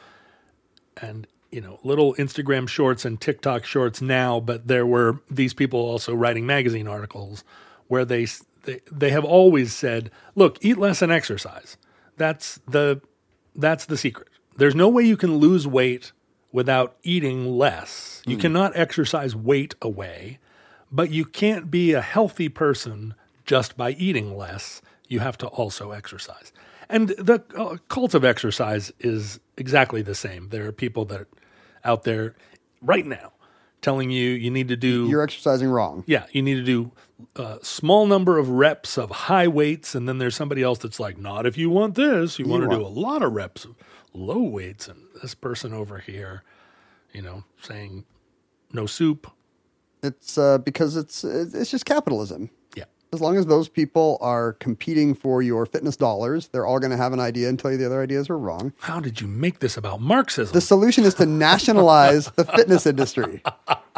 [SPEAKER 4] and you know, little Instagram shorts and TikTok shorts now, but there were these people also writing magazine articles where they s- they, they have always said, "Look, eat less and exercise." That's the that's the secret. There's no way you can lose weight without eating less. You cannot exercise weight away But you can't be a healthy person just by eating less. You have to also exercise. And the uh, cult of exercise is exactly the same. There are people that are out there right now telling you you need to do
[SPEAKER 2] You're exercising wrong.
[SPEAKER 4] yeah, you need to do a small number of reps of high weights, and then there's somebody else that's like, not if you want this, you, want to do a lot of reps of low weights, and this person over here, you know, saying no soup.
[SPEAKER 2] It's uh, because it's it's just capitalism.
[SPEAKER 4] Yeah,
[SPEAKER 2] As long as those people are competing for your fitness dollars, they're all going to have an idea and tell you the other ideas are wrong.
[SPEAKER 4] how did you make this about Marxism?
[SPEAKER 2] The solution is to nationalize the fitness industry.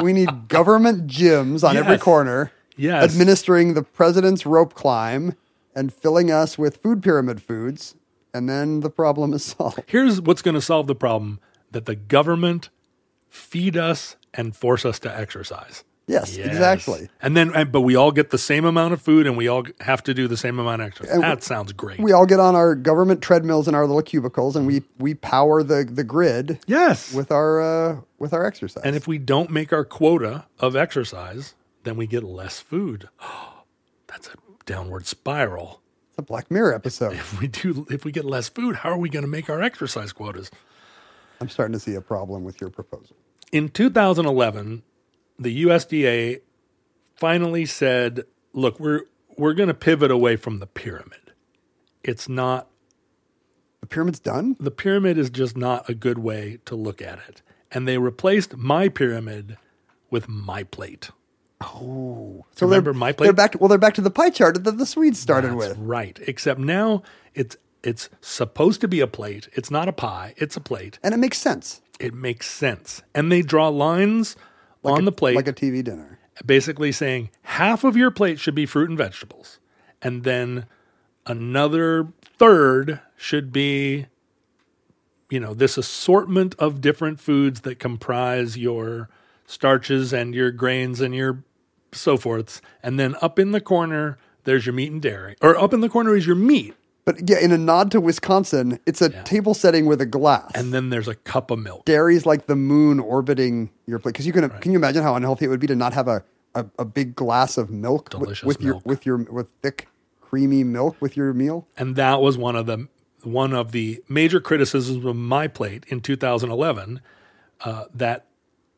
[SPEAKER 2] We need government gyms on every
[SPEAKER 4] Yes.
[SPEAKER 2] corner,
[SPEAKER 4] Yes.
[SPEAKER 2] administering the president's rope climb and filling us with food pyramid foods, and then the problem is solved.
[SPEAKER 4] Here's what's going to solve the problem: that the government feed us and force us to exercise.
[SPEAKER 2] Yes,
[SPEAKER 4] Yes.
[SPEAKER 2] exactly.
[SPEAKER 4] And then, and- but we all get the same amount of food, and we all have to do the same amount of exercise. that sounds great.
[SPEAKER 2] We all get on our government treadmills in our little cubicles, and we we power the the grid
[SPEAKER 4] yes,
[SPEAKER 2] with our uh, with our exercise.
[SPEAKER 4] And if we don't make our quota of exercise, then we get less food. That's a downward spiral.
[SPEAKER 2] it's a Black Mirror episode,
[SPEAKER 4] If we do if we get less food, how are we going to make our exercise quotas?
[SPEAKER 2] I'm starting to see a problem with your proposal.
[SPEAKER 4] In 2011, the USDA finally said, "Look, we're we're going to pivot away from the pyramid. It's not
[SPEAKER 2] The pyramid's done.
[SPEAKER 4] the pyramid is just not a good way to look at it." And they replaced my pyramid with my plate.
[SPEAKER 2] Oh. So
[SPEAKER 4] Remember
[SPEAKER 2] they're,
[SPEAKER 4] my
[SPEAKER 2] They're
[SPEAKER 4] plate?
[SPEAKER 2] back. well, they're back to the pie chart that the Swedes started
[SPEAKER 4] That's
[SPEAKER 2] with.
[SPEAKER 4] right. Except now it's it's supposed to be a plate. It's not a pie. It's a plate.
[SPEAKER 2] And it makes sense,
[SPEAKER 4] It makes sense. And they draw lines on the plate,
[SPEAKER 2] like a TV dinner.
[SPEAKER 4] basically saying half of your plate should be fruit and vegetables, and then another third should be, you know, this assortment of different foods that comprise your starches and your grains and your so forths. And then up in the corner, there's your meat and dairy, or up in the corner is your meat.
[SPEAKER 2] But yeah, in a nod to Wisconsin, it's a table setting with a glass.
[SPEAKER 4] and then there's a cup of milk.
[SPEAKER 2] dairy's like the moon orbiting your plate. Because you can can you imagine how unhealthy it would be to not have a a, a big glass of milk with-
[SPEAKER 4] Delicious
[SPEAKER 2] with, your
[SPEAKER 4] milk.
[SPEAKER 2] with your with thick creamy milk with your meal?
[SPEAKER 4] And that was one of the one of the major criticisms of my plate in 2011 uh, that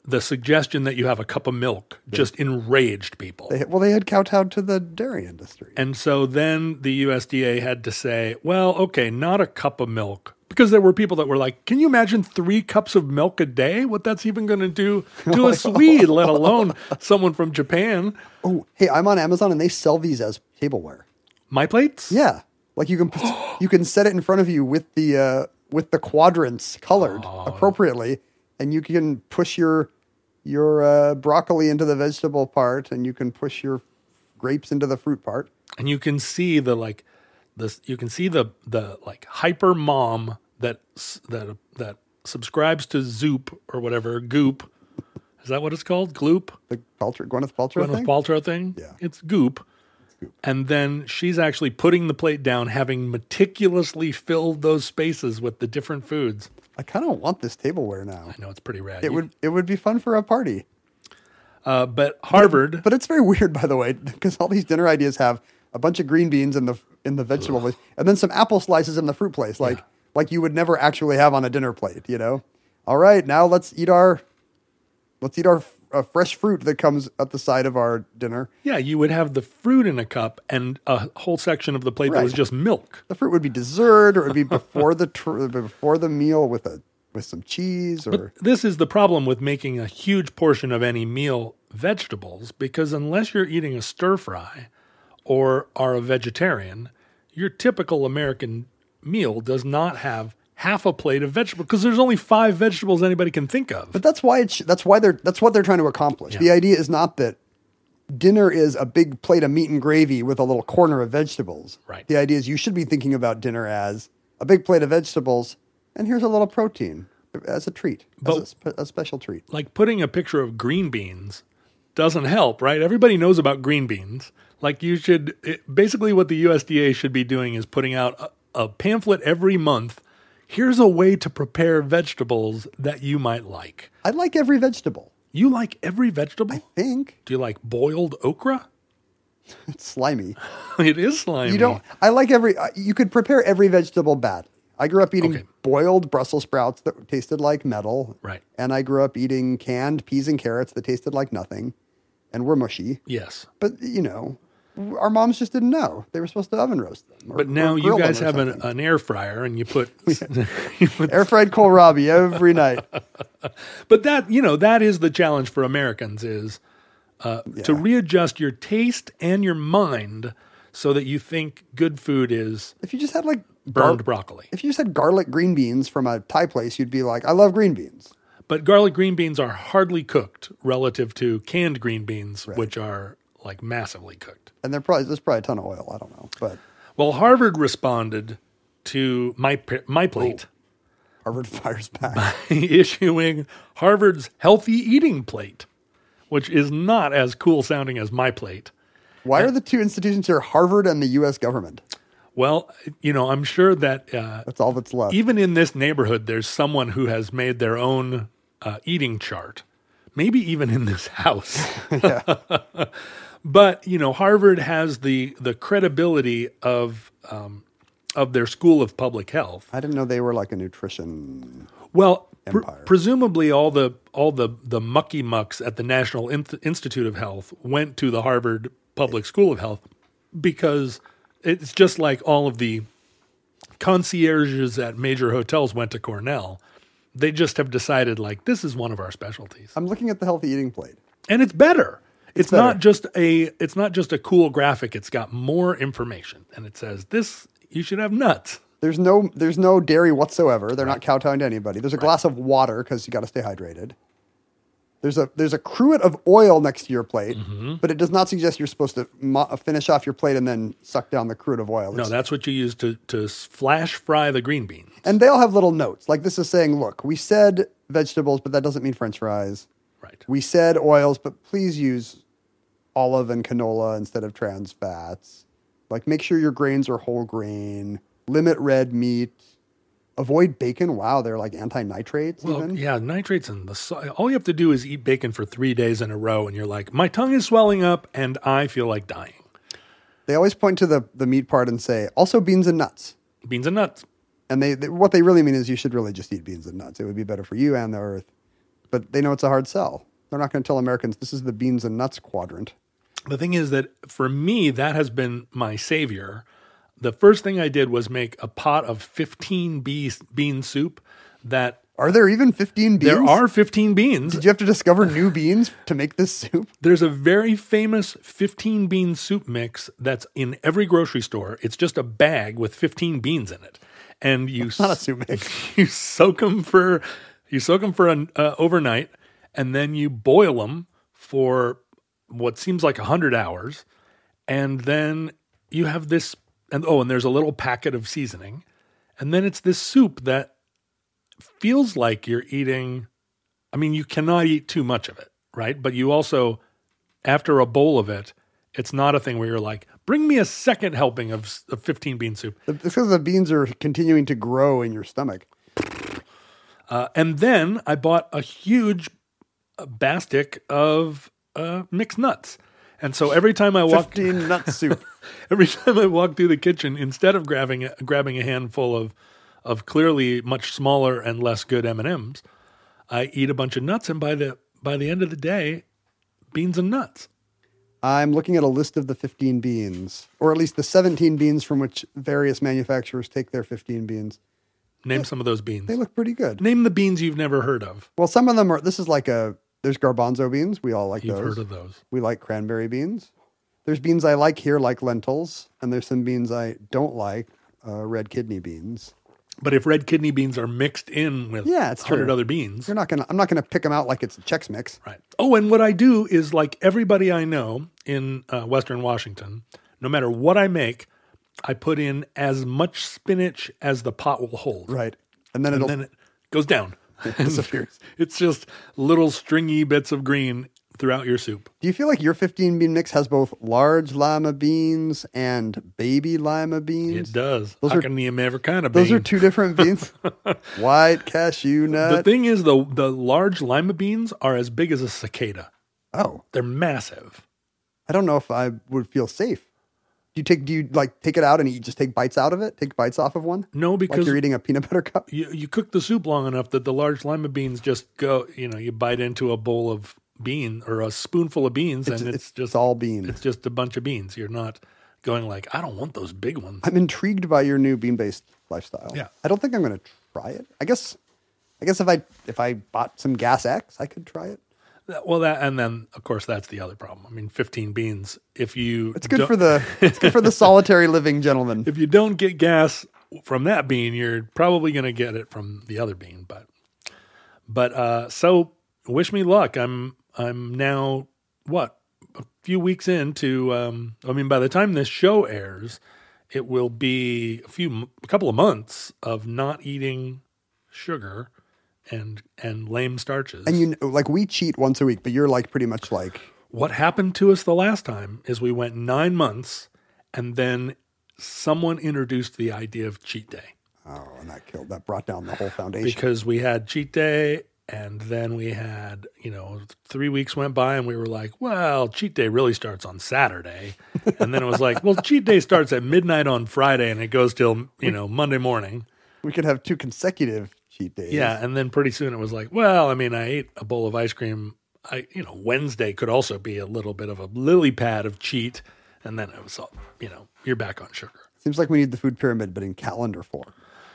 [SPEAKER 4] the suggestion that you have a cup of milk just enraged people.
[SPEAKER 2] They, well, they had kowtowed to the dairy industry.
[SPEAKER 4] And so then the USDA had to say, well, okay, not a cup of milk. Because there were people that were like, can you imagine three cups of milk a day? What that's even going to do to a Swede, let alone someone from Japan?
[SPEAKER 2] oh, hey, I'm on Amazon and they sell these as tableware.
[SPEAKER 4] My plates?
[SPEAKER 2] Yeah, like you can put- you can set it in front of you with the uh, with the quadrants colored
[SPEAKER 4] Oh.
[SPEAKER 2] appropriately, and you can push your your uh, broccoli into the vegetable part, and you can push your grapes into the fruit part.
[SPEAKER 4] and you can see the like this you can see the the like hyper mom that s- that that subscribes to zoop or whatever goop is that what it's called gloop
[SPEAKER 2] The Paltrow, Gwyneth Paltrow
[SPEAKER 4] Gwyneth
[SPEAKER 2] thing.
[SPEAKER 4] Paltrow thing
[SPEAKER 2] Yeah.
[SPEAKER 4] it's goop and then she's actually putting the plate down having meticulously filled those spaces with the different foods
[SPEAKER 2] I kind of want this tableware now.
[SPEAKER 4] i know it's pretty rad
[SPEAKER 2] It
[SPEAKER 4] You-
[SPEAKER 2] would it would be fun for a party,
[SPEAKER 4] uh, but harvard
[SPEAKER 2] but it's very weird, by the way, because all these dinner ideas have a bunch of green beans in the in the vegetable place, and then some apple slices in the fruit place, like like you would never actually have on a dinner plate, you know. All right, now let's eat our let's eat our uh, fresh fruit that comes at the side of our dinner.
[SPEAKER 4] yeah you would have the fruit in a cup and a whole section of the plate that was
[SPEAKER 2] Right.
[SPEAKER 4] just milk
[SPEAKER 2] The fruit would be dessert, or it would be before the tr- before the meal with a with some cheese or.
[SPEAKER 4] This is the problem with making a huge portion of any meal vegetables because unless you're eating a stir fry or are a vegetarian, your typical American meal does not have half a plate of vegetables because there's only five vegetables anybody can think of.
[SPEAKER 2] But that's why it's that's why they're that's what they're trying to accomplish. The idea is not that dinner is a big plate of meat and gravy with a little corner of vegetables.
[SPEAKER 4] Right.
[SPEAKER 2] The idea is you should be thinking about dinner as a big plate of vegetables and here's a little protein as a treat, as a,
[SPEAKER 4] But-
[SPEAKER 2] spe- a special treat.
[SPEAKER 4] like putting a picture of green beans doesn't help, right? Everybody knows about green beans. Like you should it, basically what the USDA should be doing is putting out a, a pamphlet every month. Here's a way to prepare vegetables that you might like.
[SPEAKER 2] I like every vegetable.
[SPEAKER 4] You like every vegetable?
[SPEAKER 2] I think
[SPEAKER 4] Do you like boiled okra?
[SPEAKER 2] it's slimy.
[SPEAKER 4] it is slimy.
[SPEAKER 2] You don't. I like every. uh, You could prepare every vegetable bad. I grew up eating
[SPEAKER 4] Okay.
[SPEAKER 2] boiled Brussels sprouts that tasted like metal.
[SPEAKER 4] Right.
[SPEAKER 2] And I grew up eating canned peas and carrots that tasted like nothing, and were mushy.
[SPEAKER 4] Yes.
[SPEAKER 2] But you know, our moms just didn't know they were supposed to oven roast them. or-
[SPEAKER 4] But
[SPEAKER 2] or
[SPEAKER 4] now you
[SPEAKER 2] grill them
[SPEAKER 4] guys
[SPEAKER 2] or
[SPEAKER 4] have an, uh,
[SPEAKER 2] something.
[SPEAKER 4] an air fryer and you put, you put
[SPEAKER 2] air fried kohlrabi every night.
[SPEAKER 4] but that you know that is the challenge for Americans is uh, to readjust your taste and your mind so that you think good food is
[SPEAKER 2] If you just had like gar-
[SPEAKER 4] burned broccoli.
[SPEAKER 2] if you said garlic green beans from a Thai place, you'd be like, I love green beans.
[SPEAKER 4] But garlic green beans are hardly cooked relative to canned green beans, which are like massively cooked.
[SPEAKER 2] And they're probably there's probably a ton of oil. I don't know, but
[SPEAKER 4] Well, Harvard responded to my p- my plate
[SPEAKER 2] Harvard fires back.
[SPEAKER 4] issuing Harvard's healthy eating plate, which is not as cool sounding as my plate.
[SPEAKER 2] Why are the two institutions here Harvard and the U.S. government?
[SPEAKER 4] Well, you know, I'm sure that uh,
[SPEAKER 2] That's all that's left.
[SPEAKER 4] even in this neighborhood, there's someone who has made their own uh, eating chart, maybe even in this house. but you know, Harvard has the the credibility of um, of their school of public health.
[SPEAKER 2] I didn't know they were like a nutrition.
[SPEAKER 4] Well, pr-
[SPEAKER 2] Empire.
[SPEAKER 4] presumably all the all the the mucky mucks at the National In- Institute of Health went to the Harvard Public School of Health because it's just like all of the concierges at major hotels went to Cornell. They just have decided like this is one of our specialties,
[SPEAKER 2] I'm looking at the healthy eating plate.
[SPEAKER 4] and it's better. It's,
[SPEAKER 2] better.
[SPEAKER 4] not just a it's not just a cool graphic. It's got more information, and it says this you should have nuts.
[SPEAKER 2] There's no there's no dairy whatsoever. They're not kowtowing to anybody. There's a glass of water because you got to stay hydrated. There's a there's a cruet of oil next to your plate,
[SPEAKER 4] Mm-hmm.
[SPEAKER 2] but it does not suggest you're supposed to mo- finish off your plate and then suck down the cruet of oil.
[SPEAKER 4] No,
[SPEAKER 2] It's-
[SPEAKER 4] that's what you use to to flash fry the green beans.
[SPEAKER 2] and they all have little notes. Like this is saying, look, we said vegetables, but that doesn't mean French fries.
[SPEAKER 4] Right.
[SPEAKER 2] We said oils, but please use olive and canola instead of trans fats. Like, make sure your grains are whole grain. Limit red meat. Avoid bacon. Wow, they're like anti nitrates.
[SPEAKER 4] Well,
[SPEAKER 2] even
[SPEAKER 4] yeah, nitrates and the so- all you have to do is eat bacon for three days in a row, and you're like, my tongue is swelling up, and I feel like dying.
[SPEAKER 2] they always point to the the meat part and say also beans and nuts.
[SPEAKER 4] Beans and nuts.
[SPEAKER 2] And they, they what they really mean is you should really just eat beans and nuts. It would be better for you and the earth. But they know it's a hard sell. They're not going to tell Americans this is the beans and nuts quadrant.
[SPEAKER 4] The thing is that for me, that has been my savior. The first thing I did was make a pot of 15 bee- bean soup. That
[SPEAKER 2] Are there even 15 beans?
[SPEAKER 4] there are 15 beans.
[SPEAKER 2] Did you have to discover new beans to make this soup?
[SPEAKER 4] There's a very famous 15 bean soup mix that's in every grocery store. It's just a bag with 15 beans in it. And you
[SPEAKER 2] Not a soup mix.
[SPEAKER 4] you soak them for you soak 'em for an uh, overnight and then you boil them for what seems like 100 hours and then you have this and oh and there's a little packet of seasoning and then it's this soup that feels like you're eating i mean you cannot eat too much of it right but you also after a bowl of it it's not a thing where you're like bring me a second helping of, s- of 15 bean soup
[SPEAKER 2] It's because the beans are continuing to grow in your stomach.
[SPEAKER 4] Uh, and then I bought a huge uh, bastic of uh, mixed nuts. And so every time I walked,
[SPEAKER 2] 15 nut soup.
[SPEAKER 4] every time I walked through the kitchen, instead of grabbing a, grabbing a handful of of clearly much smaller and less good M and M's, I eat a bunch of nuts, and by the by the end of the day, beans and nuts.
[SPEAKER 2] I'm looking at a list of the 15 beans, or at least the 17 beans from which various manufacturers take their 15 beans.
[SPEAKER 4] Name some of those beans.
[SPEAKER 2] They look pretty good.
[SPEAKER 4] Name the beans you've never heard of.
[SPEAKER 2] Well, some of them are. This is like a. There's garbanzo beans. We all like
[SPEAKER 4] You've
[SPEAKER 2] those.
[SPEAKER 4] heard of those.
[SPEAKER 2] We like cranberry beans. There's beans I like here, like lentils, and there's some beans I don't like, uh, red kidney beans.
[SPEAKER 4] But if red kidney beans are mixed in with
[SPEAKER 2] Yeah, it's
[SPEAKER 4] 100
[SPEAKER 2] true.
[SPEAKER 4] other beans,
[SPEAKER 2] You're not gonna. I'm not gonna pick them out like it's a Chex Mix.
[SPEAKER 4] Right. Oh, and what I do is like everybody I know in uh, Western Washington, no matter what I make, I put in as much spinach as the pot will hold.
[SPEAKER 2] Right. And then
[SPEAKER 4] And
[SPEAKER 2] it'll
[SPEAKER 4] then it goes down.
[SPEAKER 2] disappears.
[SPEAKER 4] it's just little stringy bits of green throughout your soup.
[SPEAKER 2] Do you feel like your 15 bean mix has both large lima beans and baby lima beans?
[SPEAKER 4] It does.
[SPEAKER 2] Those
[SPEAKER 4] Those
[SPEAKER 2] are-
[SPEAKER 4] are, the Americana
[SPEAKER 2] Those are
[SPEAKER 4] bean.
[SPEAKER 2] two different beans. White cashew
[SPEAKER 4] The
[SPEAKER 2] nut.
[SPEAKER 4] thing is, the the large lima beans are as big as a cicada.
[SPEAKER 2] oh,
[SPEAKER 4] They're massive.
[SPEAKER 2] I don't know if I would feel safe. Do you take? Do you like take it out and you just take bites out of it? Take bites off of one?
[SPEAKER 4] No,
[SPEAKER 2] Like
[SPEAKER 4] because
[SPEAKER 2] you're eating a peanut butter cup?
[SPEAKER 4] you, you cook the soup long enough that the large lima beans just go. You know, you bite into a bowl of bean or a spoonful of beans, and it's, just
[SPEAKER 2] it's all bean.
[SPEAKER 4] it's just a bunch of beans. You're not going like, I don't want those big ones.
[SPEAKER 2] I'm intrigued by your new bean based lifestyle.
[SPEAKER 4] Yeah.
[SPEAKER 2] I don't think I'm going to try it. I guess, I guess if I if I bought some Gas X, I could try it.
[SPEAKER 4] That- Well, that and then of course that's the other problem. I mean, 15 beans. If you
[SPEAKER 2] It's good
[SPEAKER 4] don't-
[SPEAKER 2] for the it's good for the solitary living gentleman.
[SPEAKER 4] if you don't get gas from that bean, you're probably going to get it from the other bean. But but uh, so wish me luck. I'm I'm now what a few weeks into. Um, I mean, by the time this show airs, it will be a few m- a couple of months of not eating sugar and and lame starches.
[SPEAKER 2] And you know, like we cheat once a week, but you're like pretty much like
[SPEAKER 4] what happened to us the last time is we went nine months and then someone introduced the idea of cheat day
[SPEAKER 2] oh, and that killed that brought down the whole foundation.
[SPEAKER 4] because we had cheat day and then we had you know three weeks went by and we were like well cheat day really starts on saturday and then it was like well cheat day starts at midnight on friday and it goes till you know monday morning
[SPEAKER 2] we could have two consecutive cheat days.
[SPEAKER 4] yeah and then pretty soon it was like well i mean i ate a bowl of ice cream i you know wednesday could also be a little bit of a lily pad of cheat and then it was all you know you're back on sugar
[SPEAKER 2] seems like we need the food pyramid, but in calendar form.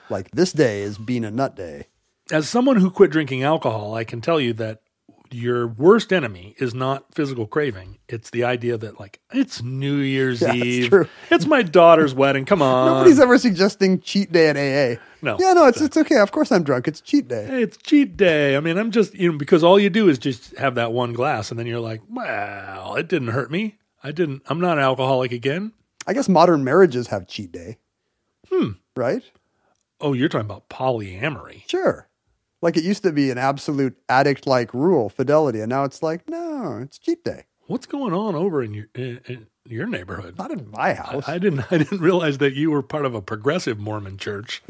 [SPEAKER 2] Like this day is bean and nut day.
[SPEAKER 4] as someone who quit drinking alcohol, I can tell you that your worst enemy is not physical craving. It's the idea that like it's New Year's
[SPEAKER 2] Yeah, that's
[SPEAKER 4] Eve.
[SPEAKER 2] true.
[SPEAKER 4] It's my daughter's wedding. Come on.
[SPEAKER 2] Nobody's ever suggesting cheat day at AA.
[SPEAKER 4] Um, No.
[SPEAKER 2] Yeah, no, it's it's okay. Of course I'm drunk. It's cheat day.
[SPEAKER 4] Hey, it's cheat day. I mean, I'm just you know because all you do is just have that one glass and then you're like, "Well, it didn't hurt me. I didn't I'm not an alcoholic again."
[SPEAKER 2] I guess modern marriages have cheat day. Hmm. Right?
[SPEAKER 4] Oh, you're talking about polyamory.
[SPEAKER 2] Sure. Like it used to be an absolute addict like rule, fidelity, and now it's like, no, it's cheat day.
[SPEAKER 4] What's going on over in your in, in your neighborhood?
[SPEAKER 2] Not in my house.
[SPEAKER 4] I didn't I didn't realize that you were part of a progressive Mormon church.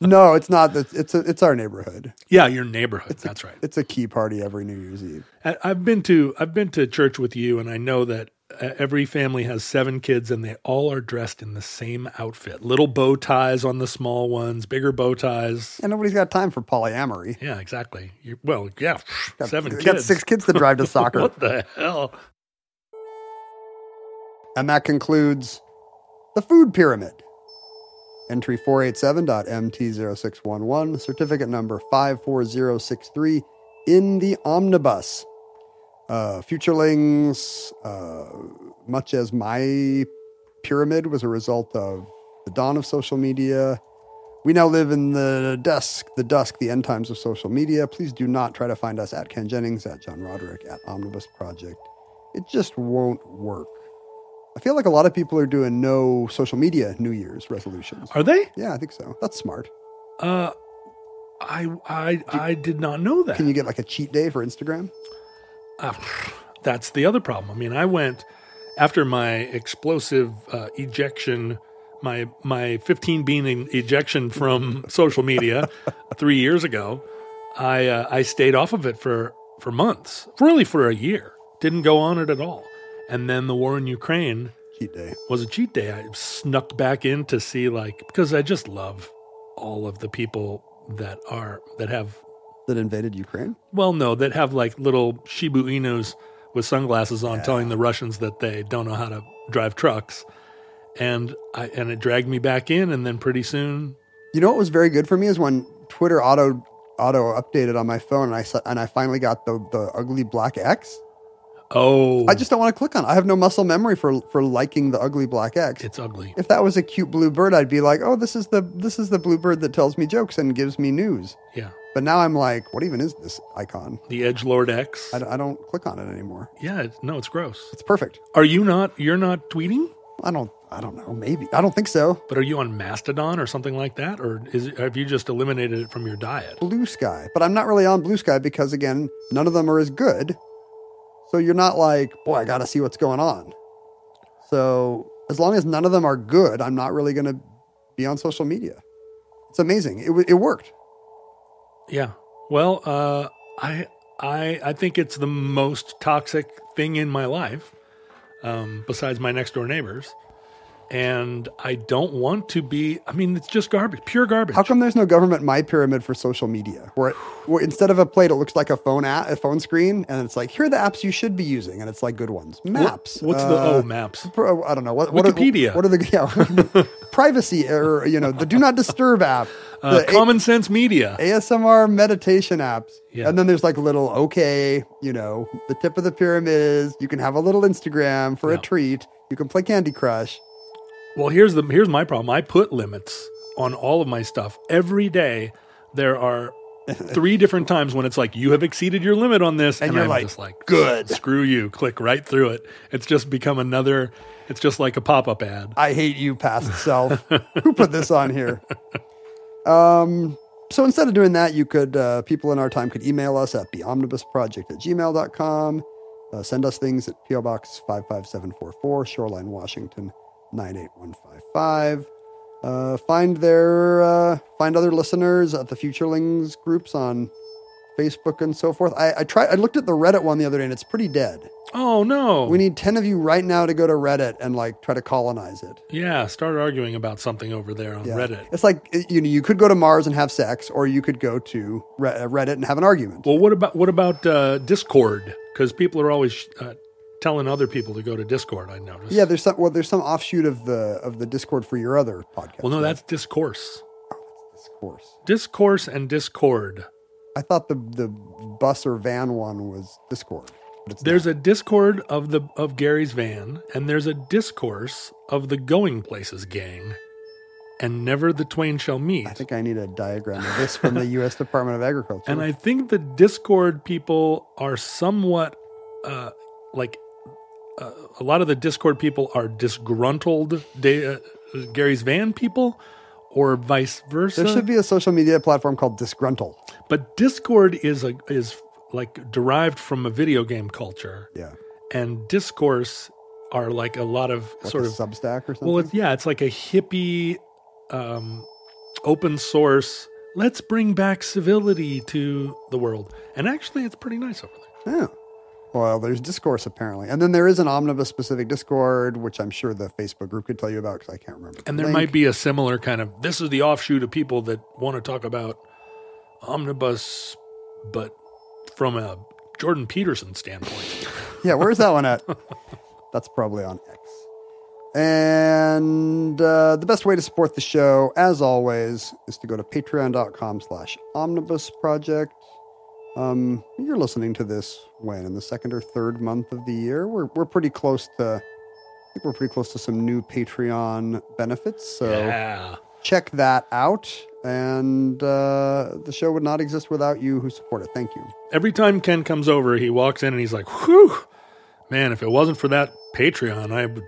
[SPEAKER 2] No, it's not. It's it's, a, it's our neighborhood.
[SPEAKER 4] Yeah, your neighborhood. That's right.
[SPEAKER 2] It's a key party every New Year's Eve.
[SPEAKER 4] I- I've been to I've been to church with you, and I know that uh, every family has seven kids, and they all are dressed in the same outfit: little bow ties on the small ones, bigger bow ties.
[SPEAKER 2] And nobody's got time for polyamory.
[SPEAKER 4] Yeah, exactly. you well, yeah, seven
[SPEAKER 2] They
[SPEAKER 4] kids.
[SPEAKER 2] Got six kids to drive to soccer.
[SPEAKER 4] What the hell?
[SPEAKER 2] and that concludes the food pyramid. Entry 487.MT0611, certificate number 54063 in the omnibus. Uh, futurelings, uh, much as my pyramid was a result of the dawn of social media, we now live in the dusk, the dusk, the end times of social media. Please do not try to find us at Ken Jennings, at John Roderick, at Omnibus Project. It just won't work. I feel like a lot of people are doing no social media New Year's resolutions.
[SPEAKER 4] Are they?
[SPEAKER 2] Yeah, I think so. That's smart.
[SPEAKER 4] Uh, I I I did not know that.
[SPEAKER 2] Can you get like a cheat day for Instagram?
[SPEAKER 4] Ah, pff, that's the other problem. I mean, I went after my explosive uh, ejection, my my 15 bean in- ejection from social media three years ago. I uh, I stayed off of it for for months, really for a year. Didn't go on it at all. And then the war in Ukraine
[SPEAKER 2] Cheat day.
[SPEAKER 4] was a cheat day. I snuck back in to see like because I just love all of the people that are that have
[SPEAKER 2] That invaded Ukraine?
[SPEAKER 4] well, no, that have like little Shibu Inus with sunglasses on, telling the Russians that they don't know how to drive trucks, and I and it dragged me back in, and then pretty soon,
[SPEAKER 2] You know what was very good for me is when Twitter auto auto updated on my phone and I sa- and I finally got the the ugly black X.
[SPEAKER 4] oh,
[SPEAKER 2] I just don't want to click on. it. I have no muscle memory for for liking the ugly black X.
[SPEAKER 4] it's ugly.
[SPEAKER 2] if that was a cute blue bird, I'd be like, "Oh, this is the this is the blue bird that tells me jokes and gives me news."
[SPEAKER 4] Yeah,
[SPEAKER 2] But now I'm like, "What even is this icon?"
[SPEAKER 4] the Edge Lord X.
[SPEAKER 2] I, don't- I don't click on it anymore.
[SPEAKER 4] yeah, it's, no, it's gross.
[SPEAKER 2] It's perfect.
[SPEAKER 4] Are you not? You're not tweeting,
[SPEAKER 2] I don't. I don't know. Maybe I don't think so.
[SPEAKER 4] but are you on Mastodon or something like that, or is it, have you just eliminated it from your diet?
[SPEAKER 2] Blue Sky, but I'm not really on Blue Sky because again, none of them are as good. So you're not like, boy, I got to see what's going on. So as long as none of them are good, I'm not really going to be on social media. It's amazing. It, w- it worked.
[SPEAKER 4] Yeah. Well, uh, I I I think it's the most toxic thing in my life, um, besides my next door neighbors, and I don't want to be. I mean, it's just garbage, pure garbage.
[SPEAKER 2] How come there's no government my pyramid for social media? Where, it, where instead of a plate, it looks like a phone app, a phone screen, and it's like here are the apps you should be using, and it's like good ones. Maps.
[SPEAKER 4] What's the
[SPEAKER 2] uh,
[SPEAKER 4] oh maps?
[SPEAKER 2] pro- I don't know what what are-
[SPEAKER 4] Wikipedia.
[SPEAKER 2] what are the yeah, privacy or you know the do not disturb app,
[SPEAKER 4] Uh,
[SPEAKER 2] the A-
[SPEAKER 4] common sense media.
[SPEAKER 2] ASMR meditation apps,
[SPEAKER 4] Yeah.
[SPEAKER 2] and then there's like little okay, you know, the tip of the pyramid is you can have a little Instagram for
[SPEAKER 4] Yeah.
[SPEAKER 2] a treat, you can play Candy Crush.
[SPEAKER 4] Well, here's the here's my problem. I put limits on all of my stuff every day. There are three different times when it's like you have exceeded your limit on this,
[SPEAKER 2] And you're
[SPEAKER 4] I'm
[SPEAKER 2] like,
[SPEAKER 4] just like,
[SPEAKER 2] "Good."
[SPEAKER 4] screw you. Click right through it. It's just become another. It's just like a pop up ad.
[SPEAKER 2] I hate you, past self. Who put this on here? Um, so instead of doing that, you could, uh, people in our time could email us at theomnibusproject at gmail.com, uh, send us things at P.O. Box 55744, Shoreline, Washington 98155. Uh, find their, uh, find other listeners at the Futurelings groups on Facebook and so forth. I, I tried, I looked at the Reddit one the other day and it's pretty dead.
[SPEAKER 4] Oh no!
[SPEAKER 2] We need 10 of you right now to go to Reddit and like try to colonize it.
[SPEAKER 4] yeah, start arguing about something over there on
[SPEAKER 2] Yeah.
[SPEAKER 4] Reddit.
[SPEAKER 2] It's like uh, you know, you could go to Mars and have sex, or you could go to Re- uh, Reddit and have an argument.
[SPEAKER 4] Well, what about what about uh, Discord? Because people are always uh, telling other people to go to Discord. I noticed.
[SPEAKER 2] yeah, there's some well, there's some offshoot of the of the Discord for your other podcast.
[SPEAKER 4] Well, no,
[SPEAKER 2] right?
[SPEAKER 4] that's discourse.
[SPEAKER 2] discourse.
[SPEAKER 4] Discourse and Discord.
[SPEAKER 2] I thought the the bus or van one was Discord. But it's
[SPEAKER 4] There's a discord of the of Gary's van, and there's a discourse of the Going Places gang, and never the twain shall meet.
[SPEAKER 2] I think I need a diagram of this from the U.S. Department of Agriculture.
[SPEAKER 4] and I think the discord people are somewhat uh, like uh, a lot of the discord people are disgruntled da- uh, Gary's van people, or vice versa.
[SPEAKER 2] there should be a social media platform called Disgruntle.
[SPEAKER 4] but discord is a is like derived from a video game culture,
[SPEAKER 2] Yeah,
[SPEAKER 4] and discourse are like a lot of
[SPEAKER 2] like
[SPEAKER 4] sort
[SPEAKER 2] a
[SPEAKER 4] of
[SPEAKER 2] Substack or something.
[SPEAKER 4] Well, it's, yeah, it's like a hippie, um, open source. Let's bring back civility to the world, and actually, it's pretty nice over there.
[SPEAKER 2] Yeah. Well, there's discourse apparently, and then there is an omnibus specific Discord, which I'm sure the Facebook group could tell you about because I can't remember.
[SPEAKER 4] And there might be a similar kind of this is the offshoot of people that want to talk about omnibus, but from a Jordan Peterson standpoint.
[SPEAKER 2] yeah, where's that one at? That's probably on X. And uh, the best way to support the show, as always, is to go to patreon.com slash omnibus project. Um, you're listening to this when? In the second or third month of the year? We're, we're pretty close to, I think we're pretty close to some new Patreon benefits. So
[SPEAKER 4] yeah,
[SPEAKER 2] check that out. And uh, the show would not exist without you who support it. Thank you.
[SPEAKER 4] every time Ken comes over, he walks in and he's like, "Whew, man! If it wasn't for that Patreon, I would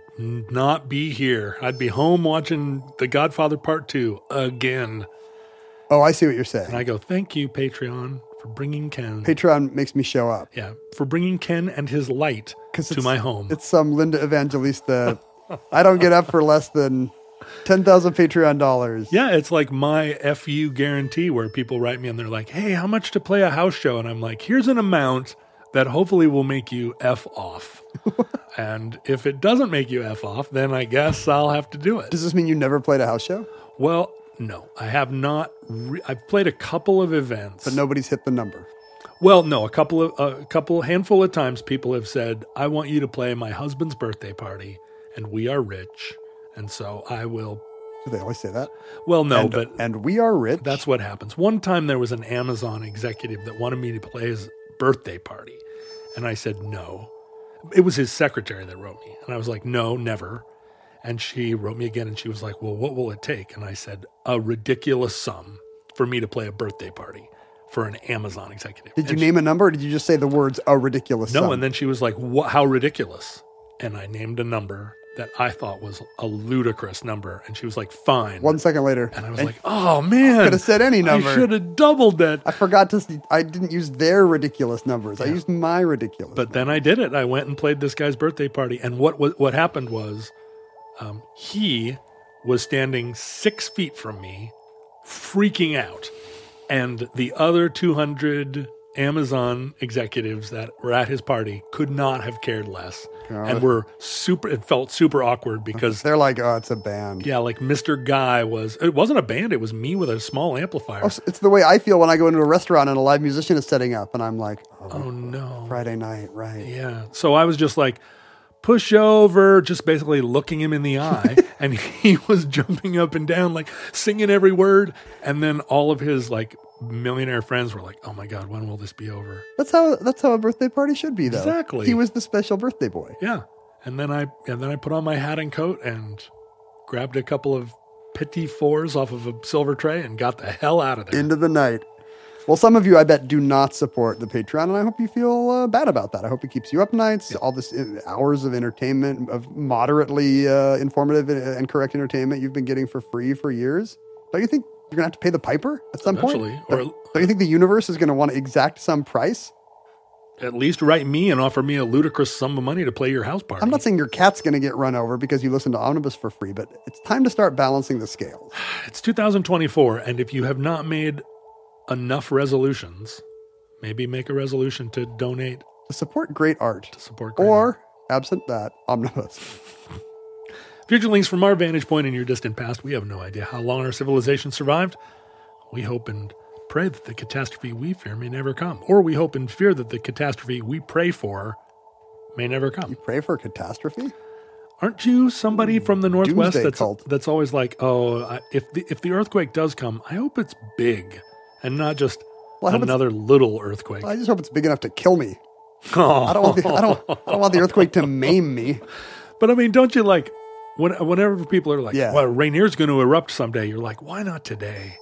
[SPEAKER 4] not be here. I'd be home watching The Godfather Part Two again."
[SPEAKER 2] Oh, I see what you're saying.
[SPEAKER 4] And I go, "Thank you, Patreon, for bringing Ken.
[SPEAKER 2] Patreon makes me show up.
[SPEAKER 4] yeah, for bringing Ken and his light
[SPEAKER 2] 'Cause
[SPEAKER 4] to
[SPEAKER 2] it's-
[SPEAKER 4] my home."
[SPEAKER 2] It's some Linda Evangelista. I don't get up for less than ten thousand Patreon dollars.
[SPEAKER 4] yeah, it's like my FU guarantee where people write me and they're like, "Hey, how much to play a house show?" And I'm like, "Here's an amount that hopefully will make you f off." and if it doesn't make you f off, then I guess I'll have to do it.
[SPEAKER 2] Does this mean you never played a house show?
[SPEAKER 4] Well, no, I have not. Re- I've played a couple of events.
[SPEAKER 2] But nobody's hit the number.
[SPEAKER 4] Well, no, a couple of a couple handful of times people have said, "I want you to play my husband's birthday party," and we are rich, and so I will.
[SPEAKER 2] Do they always say that?
[SPEAKER 4] Well, no,
[SPEAKER 2] and,
[SPEAKER 4] but
[SPEAKER 2] and we are rich.
[SPEAKER 4] that's what happens. One time there was an Amazon executive that wanted me to play his birthday party, and I said no. It was his secretary that wrote me, and I was like, no, never. And she wrote me again, and she was like, well, what will it take? And I said, a ridiculous sum for me to play a birthday party for an Amazon executive.
[SPEAKER 2] Did you
[SPEAKER 4] And
[SPEAKER 2] name a number? or Did you just say the words "a ridiculous"?
[SPEAKER 4] she- No,
[SPEAKER 2] sum?
[SPEAKER 4] and then she was like, what, how ridiculous? And I named a number, that I thought was a ludicrous number. And she was like, fine.
[SPEAKER 2] One second later,
[SPEAKER 4] and I was like, oh man.
[SPEAKER 2] could have said any number.
[SPEAKER 4] I should have doubled that.
[SPEAKER 2] I forgot to. s- I didn't use their ridiculous numbers. I used my ridiculous.
[SPEAKER 4] But then I did it. I went and played this guy's birthday party. And what was, what happened was um, he was standing six feet from me, freaking out. And the other 200 Amazon executives that were at his party could not have cared less and were super, it felt super awkward because.
[SPEAKER 2] they're like, oh, it's a band.
[SPEAKER 4] Yeah, like Mr. Guy was. It wasn't a band. It was me with a small amplifier.
[SPEAKER 2] Oh, so It's the way I feel when I go into a restaurant and a live musician is setting up, and I'm like, oh,
[SPEAKER 4] oh no!
[SPEAKER 2] Friday night, right?
[SPEAKER 4] Yeah. So I was just like, push over, just basically looking him in the eye. and he was jumping up and down, like singing every word. And then all of his like millionaire friends were like, oh my God, when will this be over?
[SPEAKER 2] That's how that's how a birthday party should be, though.
[SPEAKER 4] Exactly.
[SPEAKER 2] He was the special birthday boy.
[SPEAKER 4] Yeah. And then I and then I put on my hat and coat and grabbed a couple of petit fours off of a silver tray and got the hell out of there.
[SPEAKER 2] Into the night. Well, some of you, I bet, do not support the Patreon, and I hope you feel uh, bad about that. I hope it keeps you up nights, all this uh, hours of entertainment, of moderately uh, informative and, and correct entertainment you've been getting for free for years. Don't you think you're gonna have to pay the piper at some
[SPEAKER 4] Eventually,
[SPEAKER 2] point?
[SPEAKER 4] or-
[SPEAKER 2] Don't- don't you think the universe is gonna want to exact some price?
[SPEAKER 4] At least write me and offer me a ludicrous sum of money to play your house party.
[SPEAKER 2] I'm not saying your cat's going to get run over because you listen to Omnibus for free, but it's time to start balancing the scales.
[SPEAKER 4] It's 2024, and if you have not made enough resolutions, maybe make a resolution to donate
[SPEAKER 2] To support great art,
[SPEAKER 4] to support. Green Art.
[SPEAKER 2] or absent that, Omnibus.
[SPEAKER 4] future links from our vantage point in your distant past, we have no idea how long our civilization survived. We hope and pray that the catastrophe we fear may never come, or we hope and fear that the catastrophe we pray for may never come.
[SPEAKER 2] Pray for catastrophe?
[SPEAKER 4] Aren't you somebody from the northwest
[SPEAKER 2] Hmm. Doomsday
[SPEAKER 4] that's
[SPEAKER 2] cult.
[SPEAKER 4] that's always like, oh, I, if the if the earthquake does come, I hope it's big and not just
[SPEAKER 2] Well, I hope it's-
[SPEAKER 4] another little earthquake.
[SPEAKER 2] I just hope it's big enough to kill me. I don't want the, I don't, I don't want the earthquake to maim me.
[SPEAKER 4] But I mean, don't you like when, whenever people are like,
[SPEAKER 2] Yeah.
[SPEAKER 4] "Well, Rainier's going to erupt someday," you're like, "Why not today?"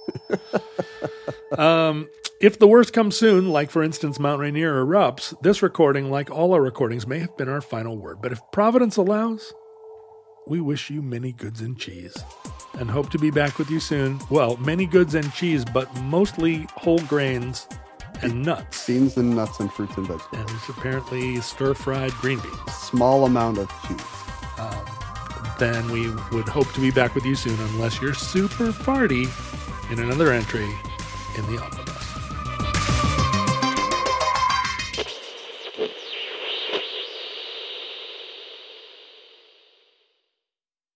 [SPEAKER 4] um, if the worst comes soon, like for instance, Mount Rainier erupts, this recording, like all our recordings, may have been our final word. But if Providence allows, we wish you many goods and cheese, and hope to be back with you soon. Well, many goods and cheese, but mostly whole grains and nuts,
[SPEAKER 2] Beans and nuts and fruits and vegetables.
[SPEAKER 4] and apparently stir-fried green beans.
[SPEAKER 2] Small amount of cheese.
[SPEAKER 4] then we would hope to be back with you soon, unless you're super farty in another entry in the Omnibus.